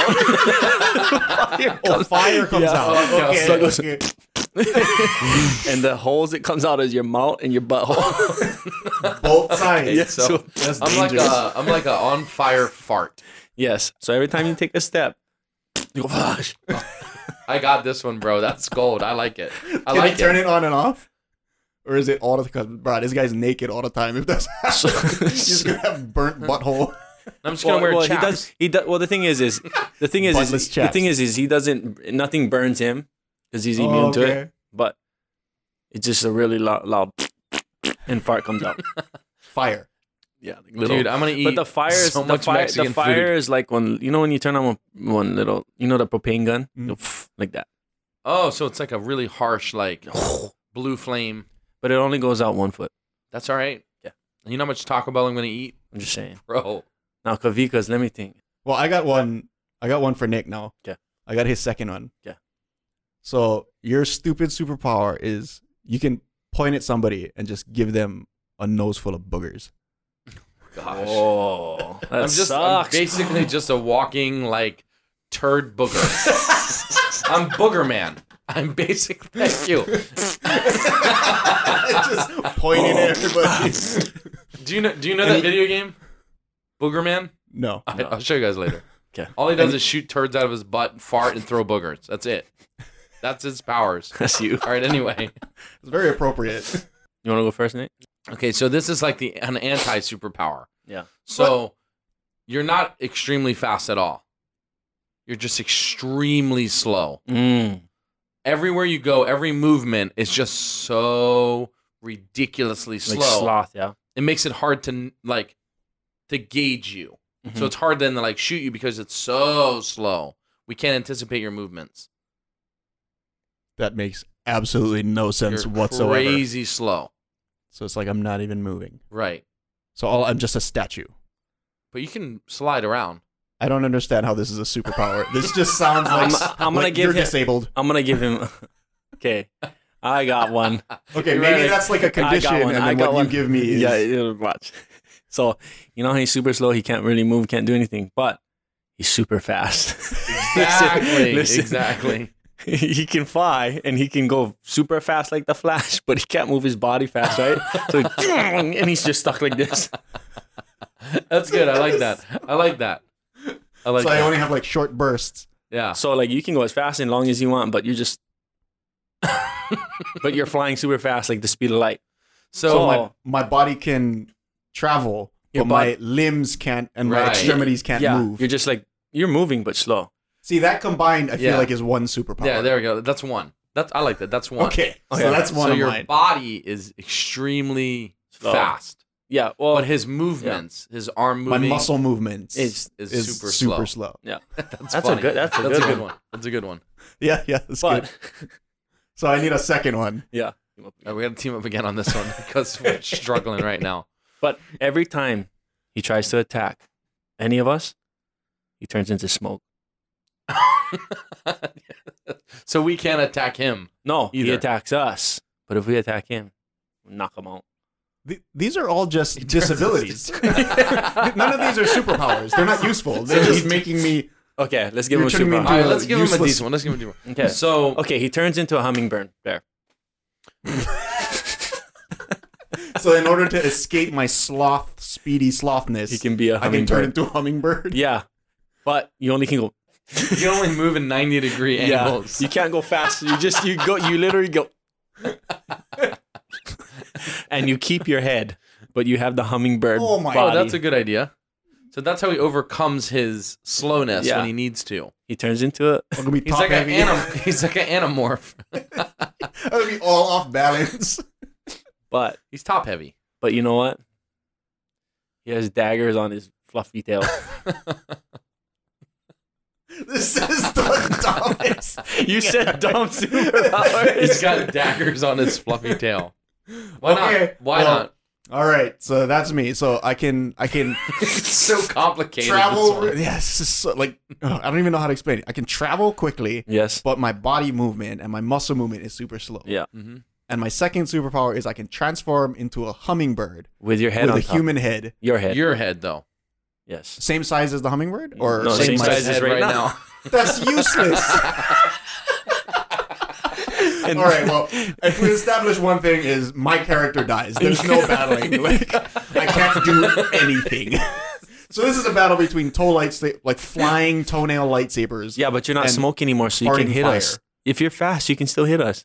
Oh, fire comes Yeah. out. Oh, okay, so it goes- okay. and the holes it comes out is your mouth and your butthole. Both sides. Yeah, So, so- That's I'm like dangerous. a I'm like a on fire fart. yes. So every time you take a step, you go, "Fuck." I got this one, bro. That's gold. I like it. I Can like I turn it. on and off? Or is it all the because bro, this guy's naked all the time. If that's he's just gonna have burnt butthole. I'm just gonna Well, wear well, he chaps. does. He does. Well, the thing is, is the thing is, is Buttless the chaps. thing is, is he doesn't. Nothing burns him because he's Oh, immune to it. But it's just a really loud, loud, and fart comes out. Fire. yeah, like Dude, I'm gonna eat. But the fire is so the much fire. Mexican the fire food. is like when you know when you turn on one, one little, you know, the propane gun, Mm. You go, like that. Oh, so it's like a really harsh, like blue flame. But it only goes out one foot. That's all right. Yeah. You know how much Taco Bell I'm gonna eat, I'm just saying. bro? Now Kavika's. Let me think. Well, I got one. I got one for Nick now. Okay. I got his second one. Okay. So your stupid superpower is you can point at somebody and just give them a nose full of boogers. Gosh. Oh, that I'm just I'm sucks. basically just a walking like turd booger. I'm booger man. I'm basically thank you. just pointing at Oh, everybody. Do you know do you know that video game? Booger man? no. I, I'll show you guys later. 'Kay. All he does is shoot turds out of his butt, fart, and throw boogers. That's it. That's his powers. That's you. All right. Anyway. It's very appropriate. You want to go first, Nick? Okay. So this is like the an anti superpower. Yeah. So you're not extremely fast at all. You're just extremely slow. Mm. Everywhere you go, every movement is just so ridiculously slow. Like sloth, yeah. It makes it hard to like to gauge you. So Mm-hmm. Mhm. it's hard then to like shoot you because it's so slow. We can't anticipate your movements. that makes absolutely no sense You're whatsoever. Crazy slow. So it's like I'm not even moving. Right. So all I'm just a statue. But you can slide around. I don't understand how this is a superpower. this just sounds like I'm- I'm gonna like give you're him- disabled. Mm-hmm. I'm gonna give him. Okay, I got one. Okay, You're maybe right. that's like a condition, I got one. and I then got what one. you give me is Yeah, yeah, watch. So you know how he's super slow. He can't really move. Can't do anything. But he's super fast. Exactly. Listen. Exactly. he can fly and he can go super fast like the Flash, but he can't move his body fast, right? so and he's just stuck like this. That's good. I like that. I like that. I like so I that. only have like short bursts. yeah. So like you can go as fast and long as you want, but you're just but you're flying super fast like the speed of light. So, Oh. So My, my body can travel, Your but my bod- limbs can't, and my Right. extremities can't yeah, move. you're just like you're moving but slow. See, that combined, I feel Yeah. like is one superpower. yeah, there we go. That's one. That's I like that. That's one. Okay, Oh, so yeah. that's one so of your mine. body is extremely Slow. fast, Yeah, well but his movements, his arm My moving, muscle movements It's- is, is super, slow. super slow. yeah. That's, That's a funny. good- that's a good one. one. That's a good one. Yeah, yeah, that's But good. So I need a second one. yeah. All right, Uh, we got to team up again on this one because we're struggling right now. But every time he tries to attack any of us, he turns into smoke. so we can't attack him. No, he Either. attacks us. But if we attack him, we knock him out. Th- these are all just disabilities. None of these are superpowers. They're not useful. They're just making me. Okay, let's give You're give him a turning me him superpower. a All right, super. a let's give him a useless- decent one. Let's give him a decent one. Okay. So Okay, he turns into a hummingbird. There. So in order to escape my sloth, speedy slothness, He can be a I can hummingbird. turn into a hummingbird. Yeah. But you only can go you only move in 90 degree yeah. angles. You can't go fast. You just you go you literally go and you keep your head, but you have the hummingbird. Oh my- Oh, body. that's a good idea. So that's how he overcomes his slowness Yeah. when he needs to. he turns into a I'm gonna be He's top like, an heavy. anim- he's like an anamorph. I'm gonna be all off balance. but He's top heavy. but you know what? He has daggers on his fluffy tail. This is the dumbest. you said dumb He's Oh, superpowers. got daggers on his fluffy tail. Why Okay, not? Why well- not? All right, so that's me. So I can I can It's so complicated. this travel. one. Yes, so, like ugh, I don't even know how to explain it. I can travel quickly, yes. but my body movement and my muscle movement is super slow. Yeah. Mhm. And my second superpower is I can transform into a hummingbird With your head with on a top. human head, Your head. Your head, though. yes. same size as the hummingbird, or No, same my- size as- head right right now. now. That's useless. And- All right. Well, if we establish one thing is my character dies. There's no battling. Like I can't do anything. so this is a battle between toe lightsa- like flying toenail lightsabers. Yeah, but you're not and smoke anymore, so you can farting hit fire. us. If you're fast, you can still hit us.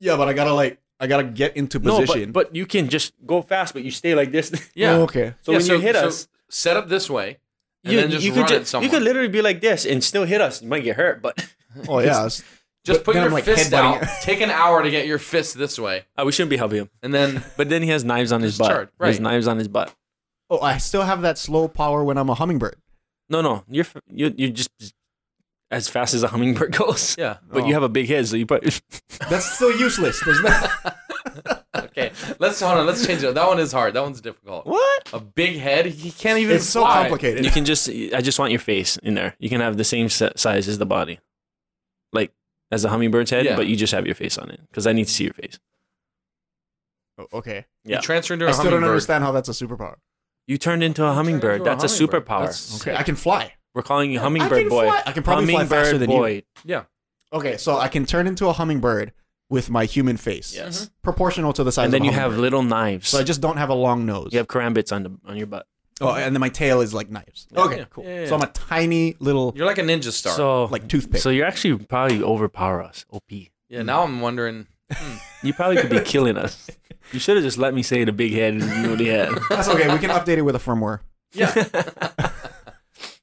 Yeah, but I gotta like I gotta get into No, position. but, but you can just go fast, but you stay like this. Yeah. Oh, okay. So Yeah, when you hit us, set up this way, and then just could run ju- at someone. you could literally be like this and still hit us. You might get hurt, but Oh yeah. it's- just but put then your I'm, like, fist out. headbutting take an hour to get your fist this way, Uh, we shouldn't be helping him. and then But then he has knives on Just his butt. charge, He has right. knives on his butt. Oh, I still have that slow power when I'm a hummingbird. No, no, you're f- you you're just as fast as a hummingbird goes. yeah. But you have a big head, so you probably That's still useless. There's no. Okay, let's hold on. Let's change it. That one is hard. That one's difficult. what? A big head. He can't even. It's so fly. complicated. You can just I just want your face in there. You can have the same si- size as the body, like as a hummingbird's head, Yeah. but you just have your face on it because I need to see your face. Oh, okay. You Yeah. transfer into a I still don't hummingbird. understand how that's a superpower. You turned into a hummingbird. into a That's a hummingbird. superpower. That's- Okay. I can fly. We're calling you hummingbird can boy. fly- I can probably fly hummingbird faster than you. boy. Yeah. Okay, so I can turn into a hummingbird with my human face. Yes. Proportional to the size And then of a you have hummingbird. little knives. So I just don't have a long nose. you have karambits on the on your butt. Oh, and then my tail is like knives. Okay, Yeah. cool. Yeah, yeah, So I'm a tiny little You're like a ninja star. So like toothpick. so you're actually probably overpower us, OP. You yeah. Now I'm wondering. probably could be killing us. You should have just let me say the big head and you know the head. That's okay. We can update it with a firmware. Yeah.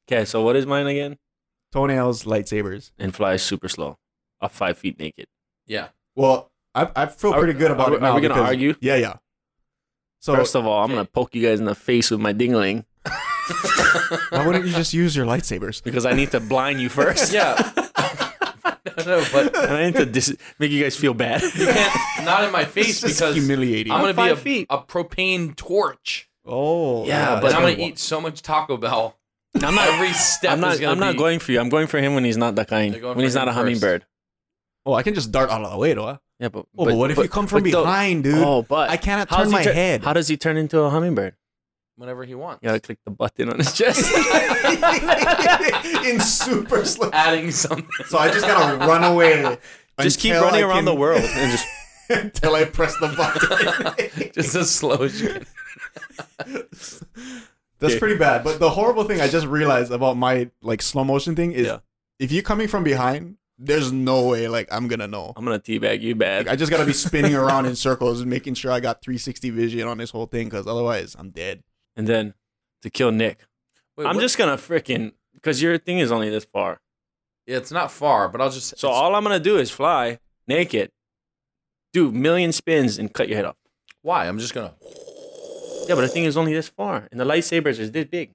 Okay, so what is mine again? Toenails, lightsabers. And flies super slow, up five feet naked. Yeah. Well, I, I feel Are- pretty good about are- it now. are we gonna because- argue? Yeah, yeah. So First of all, I'm okay. gonna poke you guys in the face with my dingling why wouldn't you just use your lightsabers? because I need to blind you first. Yeah. no, no, but and I need to dis- make you guys feel bad. can't, not in my face It's just because humiliating. I'm gonna five be feet. a, a propane torch. oh, Yeah, But But- that's I'm gonna good. eat so much Taco Bell. I'm not. Every step I'm is not. gonna I'm be. not going for you. I'm going for him when he's not that kind. You're going When for he's not him a first. hummingbird. Oh, I can just dart out of the way, though. huh? Yeah, but Oh, but, what if you come from but the- behind, dude? Oh, but I cannot how's turn he my tur- head. How does he turn into a hummingbird? whenever he wants. You gotta click the button on his chest. in super slow. Adding something. So I just gotta run away. Just keep until running I around can- the world and just until I press the button. Just as slow as you can. That's pretty bad. But the horrible thing I just realized about my like slow motion thing is Yeah. if you're coming from behind, there's no way like I'm gonna know. I'm gonna teabag you bad. Like, I just gotta be spinning around in circles and making sure I got 360 vision on this whole thing, because otherwise I'm dead. and then to kill Nick, Wait, I'm what- just gonna freaking because your thing is only this far. Yeah, it's not far, but I'll just. So it's- all I'm gonna do is fly naked, do million spins and cut your head off. why? I'm just gonna. Yeah, but the thing is only this far, and the lightsabers is this big.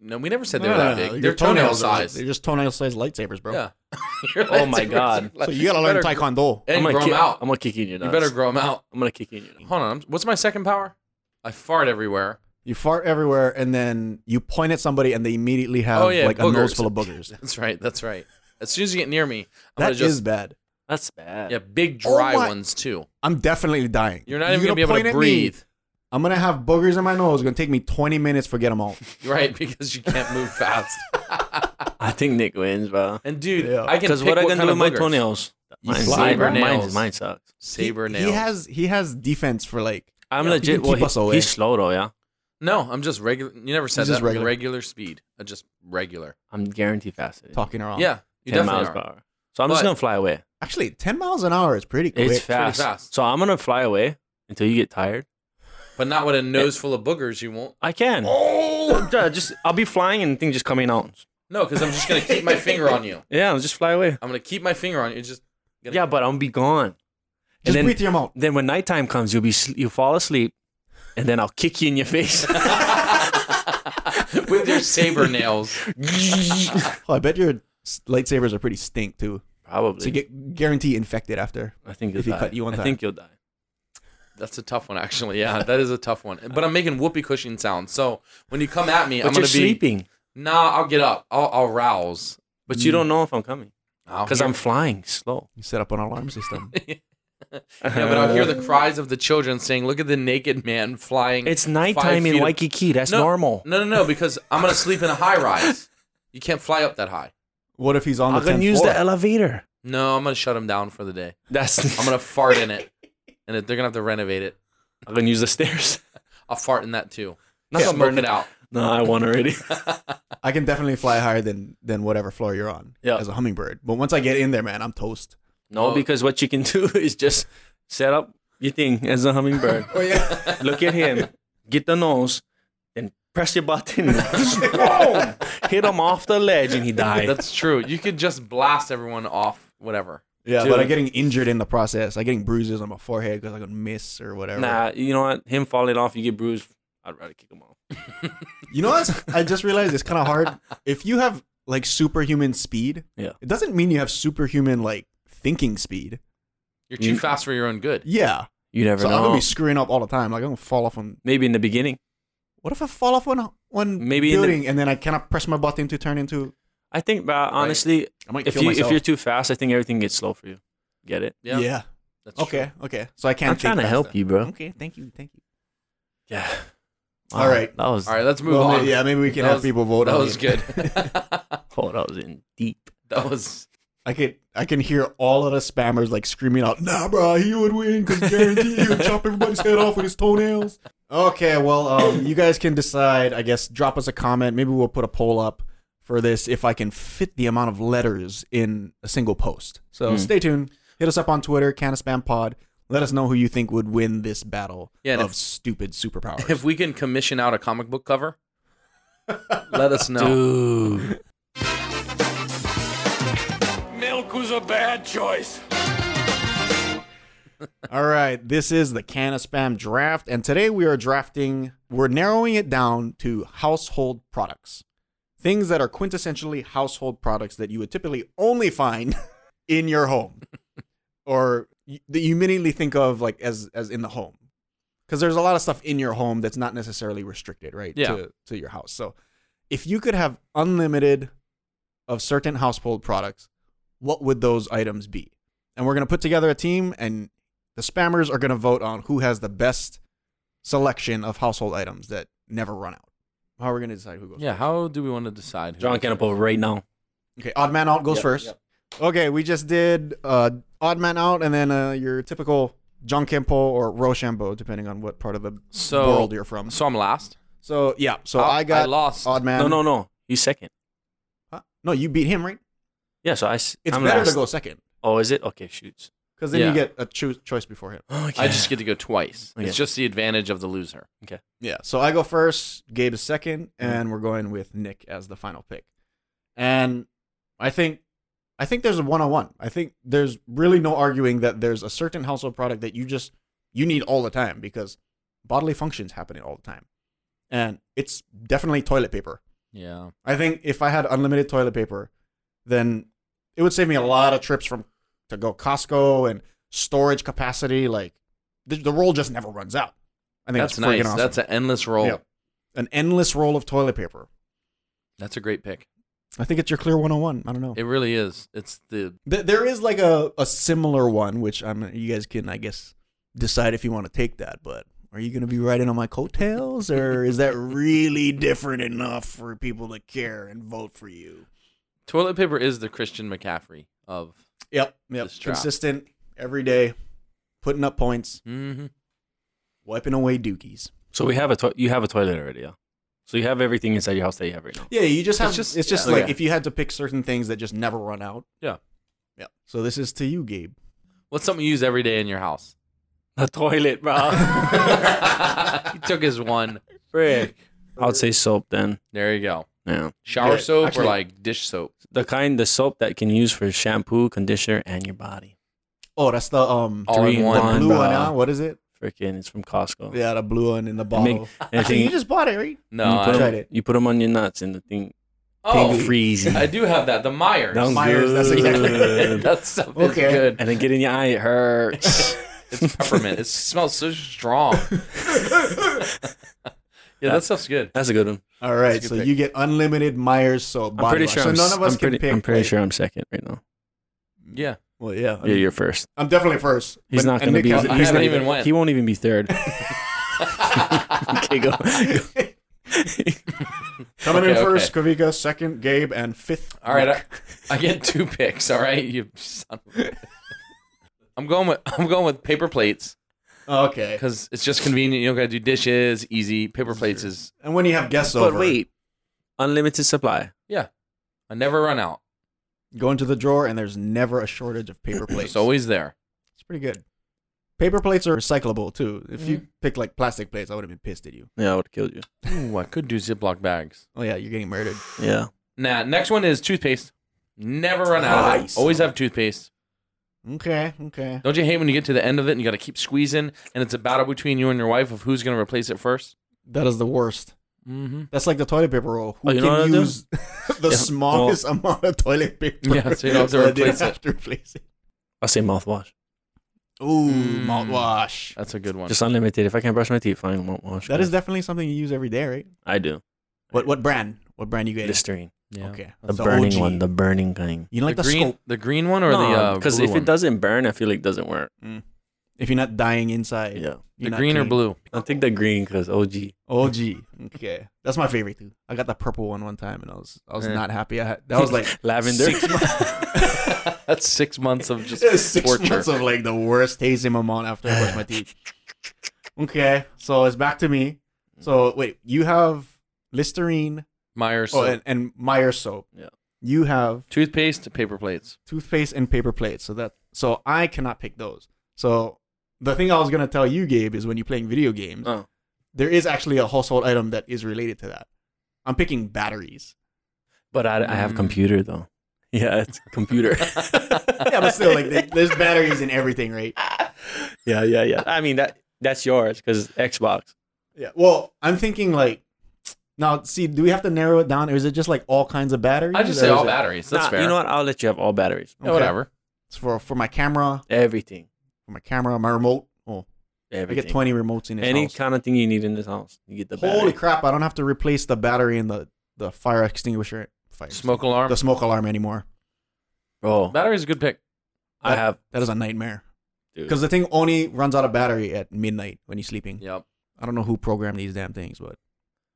No, we never said they No, were no, that no, big. your They're toenail toenails are- size. They're just toenail sized lightsabers, bro. Yeah. Oh my God. So you gotta learn taekwondo. And I'm grow gonna 'em ki- out. I'm gonna kick you in your you nuts. better grow them out. I'm gonna kick you in your nuts. Hold on. I'm- What's my second power? I fart everywhere. You fart everywhere, and then you point at somebody, and they immediately have Oh, yeah, like a boogers. nose full of boogers. That's right. That's right. As soon as you get near me, I'm That gonna is just bad. That's bad. yeah, big Oh dry my- ones too. I'm definitely dying. You're not You're even gonna, gonna be able point to at me. breathe, I'm gonna have boogers in my nose. It's gonna take me 20 minutes to get them out. right? Because you can't move fast. I think Nick wins, bro. And dude, Yeah. I can Because pick what I can kind do of with my boogers. toenails? Mine's- fly, bro. mine, mine, Nails. mine sucks. saber he, nail. He has he has defense for like I'm Yeah. He legit. can Well, keep us he, away. he's slow though, yeah. no, I'm just regular. You never said He's that. just regular. regular. speed. I just regular. I'm guaranteed faster. than talking around. Yeah, you 10 definitely Oh, miles are. per hour. So I'm just But- gonna fly away. Actually, 10 miles an hour is pretty quick. It's fast. fast. So I'm gonna fly away until you get tired. but not with a nose full of boogers. You won't. I can. Oh, just I'll be flying and things just coming out. No, because I'm just gonna keep my finger on you. Yeah, I'll just fly away. I'm gonna keep my finger on you. Just gonna- Yeah, but I'll be gone. Just then- breathe through your mouth. Then when nighttime comes, you'll be sl- you fall asleep, and then I'll kick you in your face. with your saber nails. Oh, I bet your s- lightsabers are pretty stink too. Probably. So you get guarantee infected after. I think you'll if he die. cut you one I time. think you'll die. That's a tough one, actually. Yeah, that is a tough one. But I'm making whoopee cushion sounds. So when you come at me, But I'm you're gonna be sleeping. nah. I'll get up. I'll, I'll rouse But you Mm. don't know if I'm coming I'll because hear- I'm flying slow. You set up an alarm system. Yeah, but I'll hear the cries of the children saying, "Look at the naked man flying." Mm. It's five nighttime feet in ab- Waikiki. That's No, normal. No, no, no, because I'm gonna sleep in a high rise. You can't fly up that high. what if he's on I'm the 10th gonna use floor? the elevator. No, I'm gonna shut him down for the day. That's I'm gonna fart in it, and if they're gonna have to renovate it. I'm gonna use the stairs. I'll fart in that too. Not Smoke smoking. it out. No, I won already. I can definitely fly higher than than whatever floor you're on Yeah. as a hummingbird. But once I get in there, man, I'm toast. No, Oh. because what you can do is just set up your thing as a hummingbird. Oh yeah. Look at him, get the nose, and press your button. Boom! Hit him off the ledge and he died. That's true. You could just blast everyone off, whatever. yeah, but I'm Dude. getting injured in the process. I'm getting bruises on my forehead because I could miss or whatever. nah, you know what? Him falling off, you get bruised. I'd rather kick him off. You know what? I just realized it's kind of hard. If you have like superhuman speed, Yeah. it doesn't mean you have superhuman like thinking speed. You're too You- fast for your own good. Yeah. You never So I'm know. gonna be screwing up all the time. Like I'm gonna fall off one. Maybe in the beginning. What if I fall off one one Maybe in the- building and then I cannot press my button to turn into? I think, uh, honestly, I might if kill you myself. if you're too fast, I think everything gets slow for you. Get it? yeah. That's Okay. Okay. So I can't. I'm trying to help you, bro. Okay. Thank you. Thank you. Yeah. All right. That was True. All right, let's move Well, on. may- yeah. Maybe we can That have was- people vote. that on was it. good. oh, that was in deep. that was. I could. I can hear all of the spammers like screaming out, "Nah, bro, he would win because guarantee he would chop everybody's head off with his toenails." Okay, well, um, you guys can decide. I guess drop us a comment. Maybe we'll put a poll up for this if I can fit the amount of letters in a single post. So Hmm. stay tuned. Hit us up on Twitter, Can of Spam Pod. Let us know who you think would win this battle Yeah, and of if- stupid superpowers. If we can commission out a comic book cover, let us know. Dude. All right, this is the Can of Spam draft, and today we are drafting, we're narrowing it down to household products. Things that are quintessentially household products that you would typically only find in your home or y- that you immediately think of like as as in the home. Cuz there's a lot of stuff in your home that's not necessarily restricted, right, Yeah. to to your house. So, if you could have unlimited of certain household products, what would those items be? And we're going to put together a team and the spammers are going to vote on who has the best selection of household items that never run out. How are we gonna decide who goes? Yeah, how do we want to decide? Who John Canepo right now. Okay, odd man out goes first. Okay, we just did uh, odd man out, and then uh, your typical John Kempo or Rochambeau, depending on what part of the So- world you're from. So I'm last. So yeah, so I- I, got I lost. odd man. No, no, no. You second. Huh? no, you beat him, right? Yeah, so I. s- It's I'm better last. to go second Oh, is it? Okay, shoots. because then you Yeah. get a cho- choice before him. Okay. I just get to go twice. Okay. It's just the advantage of the loser. Yeah, so I go first, Gabe is 2nd and we're going with Nick as the final pick. And I think I think there's a one on one. I think there's really no arguing that there's a certain household product that you just you need all the time because bodily functions happening all the time. And it's definitely toilet paper. Yeah. I think if I had unlimited toilet paper, then it would save me a lot of trips from to go Costco and storage capacity. Like the, the roll just never runs out. I think That's that's freaking nice. Awesome. That's an endless roll. Yeah. An endless roll of toilet paper. That's a great pick. I think it's your clear 101. I don't know. It really is. It's the Th- there is like a, a similar one, which I'm you guys can, I guess, decide if you want to take that, but are you going to be riding on my coattails or is that really different enough for people to care and vote for you? toilet paper is the Christian McCaffrey of. Yep. Yep. This trap. Consistent every day, putting up points, Mhm. wiping away dookies. So we have a to- you have a toilet already, yeah. So you have everything inside your house that you have right now. Yeah, you just have It's just just- it's just yeah. like Okay. if you had to pick certain things that just never run out. Yeah. Yeah. So this is to you, Gabe. What's something you use every day in your house? The toilet, bro. he took his one. Frick. I would say soap then. There you go. Yeah. Shower Yeah, soap actually- or like dish soap? The kind the soap that can use for shampoo, conditioner, and your body. Oh, that's the um All Three in one. bond. blue one, uh, huh? What is it? Freaking, it's from Costco. Yeah, the blue one in the And make- bottle. and I Actually, you think- just bought it, right? No. you I- put 'em- tried it. You put them on your nuts and the thing oh, freezes. I do have that. The Myers. Down Myers, that's exactly- good. That stuff is Okay. good. and then get in your eye, it hurts. It's peppermint. it smells so strong. yeah, that stuff's good. That's a good one. All right, That's a so good pick. you get unlimited Myers soap. I'm body pretty wash. sure. So I'm, none s- of us I'm can pretty, pick. I'm pretty like- sure I'm second right now. Yeah. Well, yeah. I yeah, mean, you're first. I'm definitely first. He's but- not and gonna Nick be. has- He's I he's haven't not, even went. He won't even be third. okay, go. coming in Okay, first. Kavika second. Gabe and fifth. All right, I, I get two picks. All right, you son of a- I'm going with I'm going with paper plates uh, okay. because it's just convenient. You don't gotta do dishes. Easy. Paper plates is And when you have guests but over, wait, unlimited supply. I never run out. go into the drawer and there's never a shortage of paper plates. It's always there. it's pretty good. Paper plates are recyclable too. If Mm-hmm. you picked like plastic plates, I would have been pissed at you. Yeah, I would have killed you. Ooh, I could do Ziploc bags. Oh yeah, you're getting murdered. Yeah. Nah. Next one is toothpaste. Never run out. Of it. Nice. Always have toothpaste. Okay, okay. Don't you hate when you get to the end of it and you got to keep squeezing and it's a battle between you and your wife of who's going to replace it 1st That is the worst. Mm-hmm. That's like the toilet paper roll. Who Oh, you know what I'll can do? use the Yeah, smallest amount of toilet paper? Yeah, so you don't have to they replace have to replace it. I'll say mouthwash. Ooh, Mm. mouthwash. That's a good one. Just unlimited. If I can't brush my teeth, fine, mouthwash. That is definitely something you use every day, right? I do. What what brand? What brand you get? Listerine. yeah. Okay, The that's burning OG. one. The burning kind. you don't like the, the, green, scope the green one or the uh, because blue if one? it doesn't burn, I feel like it doesn't work. if you're not dying inside. the you're not green or clean. blue? I think the green because OG. OG. Okay, that's my favorite too. I got the purple one one time, and I was I was Yeah. not happy. I had, that was like Lavender. six months, That's six months of just six torture. months of like the worst taste in my mouth after I brush my teeth. Okay, so it's back to me. So wait, you have Listerine, Myers Oh, soap. and, and Meyer's soap. Yeah. You have toothpaste, paper plates. toothpaste and paper plates. So that so I cannot pick those. So the thing I was gonna tell you, Gabe, is when you're playing video games, Oh. there is actually a household item that is related to that. I'm picking batteries. But I, I have Mm. computer though. Yeah, it's computer. Yeah, but still, like there- there's batteries in everything, right? yeah, yeah, yeah. I mean that that's yours because Xbox. Yeah. Well, I'm thinking like now. See, do we have to narrow it down, or is it just like all kinds of batteries? I just or say is all it- batteries. That's Nah, fair. You know what? I'll let you have all batteries. Yeah, Okay. Whatever. It's for for my camera, Everything. for my camera, my remote. Oh, Everything. I get 20 remotes in this Any house. kind of thing you need in this house, you get the battery. Holy crap! I don't have to replace the battery in the the fire extinguisher. Fire Smoke extinguisher- alarm. The smoke alarm anymore. Bro, Battery's a good pick. I have That is a nightmare. Dude. Because the thing only runs out of battery at midnight when you're sleeping. Yep. I don't know who programmed these damn things, but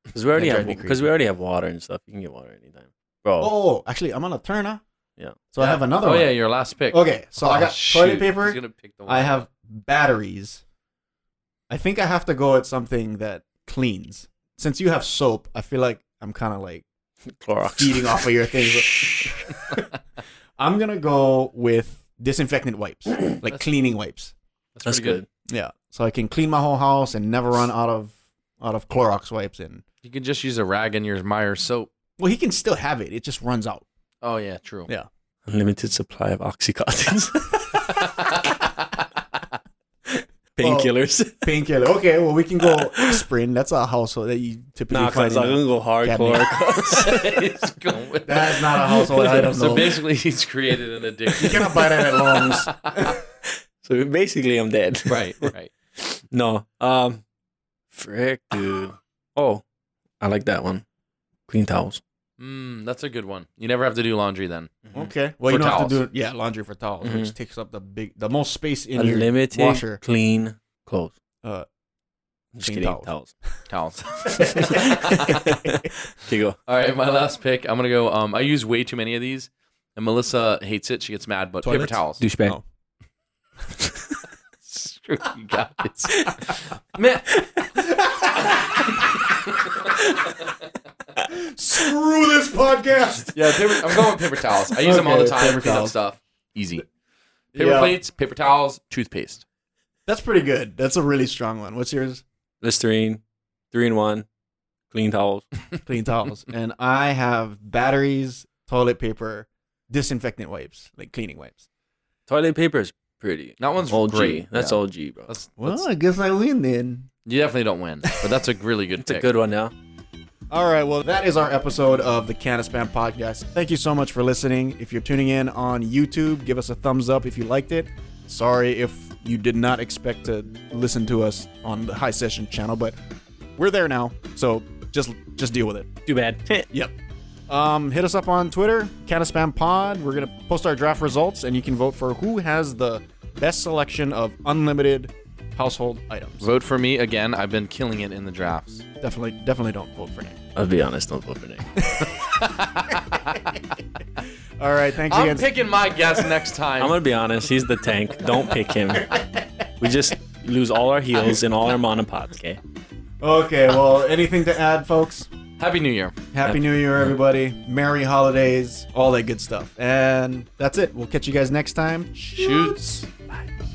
because we already That have drives me because we already have water and stuff. You can get water anytime, bro. Oh, actually, I'm on a turner. Yeah. So I have another Oh one. yeah, your last pick. Okay, so I Oh, got shoot. toilet paper. He's gonna pick the one. I have batteries. I think I have to go at something that cleans. Since you have soap, I feel like I'm kind of like Clorox. feeding off of your things. I'm gonna go with disinfectant wipes, like cleaning wipes. That's pretty good. Yeah, so I can clean my whole house and never run out of out of Clorox wipes. And You can just use a rag in your Meyer soap. well, he can still have it. It just runs out. Oh yeah, true. Yeah. Unlimited supply of oxycontins, Painkillers. painkillers. Painkiller. Okay, well we can go Aspirin. That's a household that you typically Nah, find. cause in I'm a- gonna go cabinet. hardcore. He's going with that. That's not a household item. So though. basically, he's created an you addiction. cannot buy that at Long's. so basically, I'm dead. right, right. No. Um. Frick, dude. Oh, I like that one. Clean towels. Mm, that's a good one. You never have to do laundry then. Okay. Well, For you don't have to towels. do yeah laundry for towels, Mm-hmm. which Mhm. takes up the big, the most space in your Unlimited washer. clean clothes. Uh, Just clean kidding. towels. Towels. Towels. Here you go. All right, my last pick. I'm gonna go. Um, I use way too many of these, and Melissa hates it. She gets mad. But paper Toilets? towels. Douchebag. Oh. Screw you guys. Man, Screw this podcast. yeah, paper, I'm going with paper towels. I use them all Okay, the time. paper Paper towels. towels. stuff. Easy. Paper Yeah. plates, paper towels, toothpaste. That's pretty good. That's a really strong one. What's yours? Listerine, three in one, clean towels. Clean towels. and I have batteries, toilet paper, disinfectant wipes, like cleaning wipes. Toilet paper is pretty. That one's OG. great. That's Yeah. OG, bro. That's, That's, Well, that's- I guess I win then. you definitely don't win, but that's a really good a pick. good one now. All right, well, that is our episode of the Can of Spam podcast. Thank you so much for listening. If you're tuning in on YouTube, give us a thumbs up if you liked it. Sorry if you did not expect to listen to us on the High Session channel, but we're there now, so just just deal with it. Too bad. Yep. Um, hit us up on Twitter, Can of Spam Pod. We're gonna post our draft results, and you can vote for who has the best selection of unlimited household items. Vote for me again. I've been killing it in the drafts. Definitely, definitely don't vote for Nick. I'll be honest, don't vote for Nick. All right, thanks I'm again. picking my guess next time. I'm gonna be honest. He's the tank. Don't pick him. We just lose all our heels and all our monopods. Okay. Okay, well, anything to add, folks? Happy New Year. Happy New Year, everybody. Merry holidays, all that good stuff. And that's it. We'll catch you guys next time. Shoots. Bye.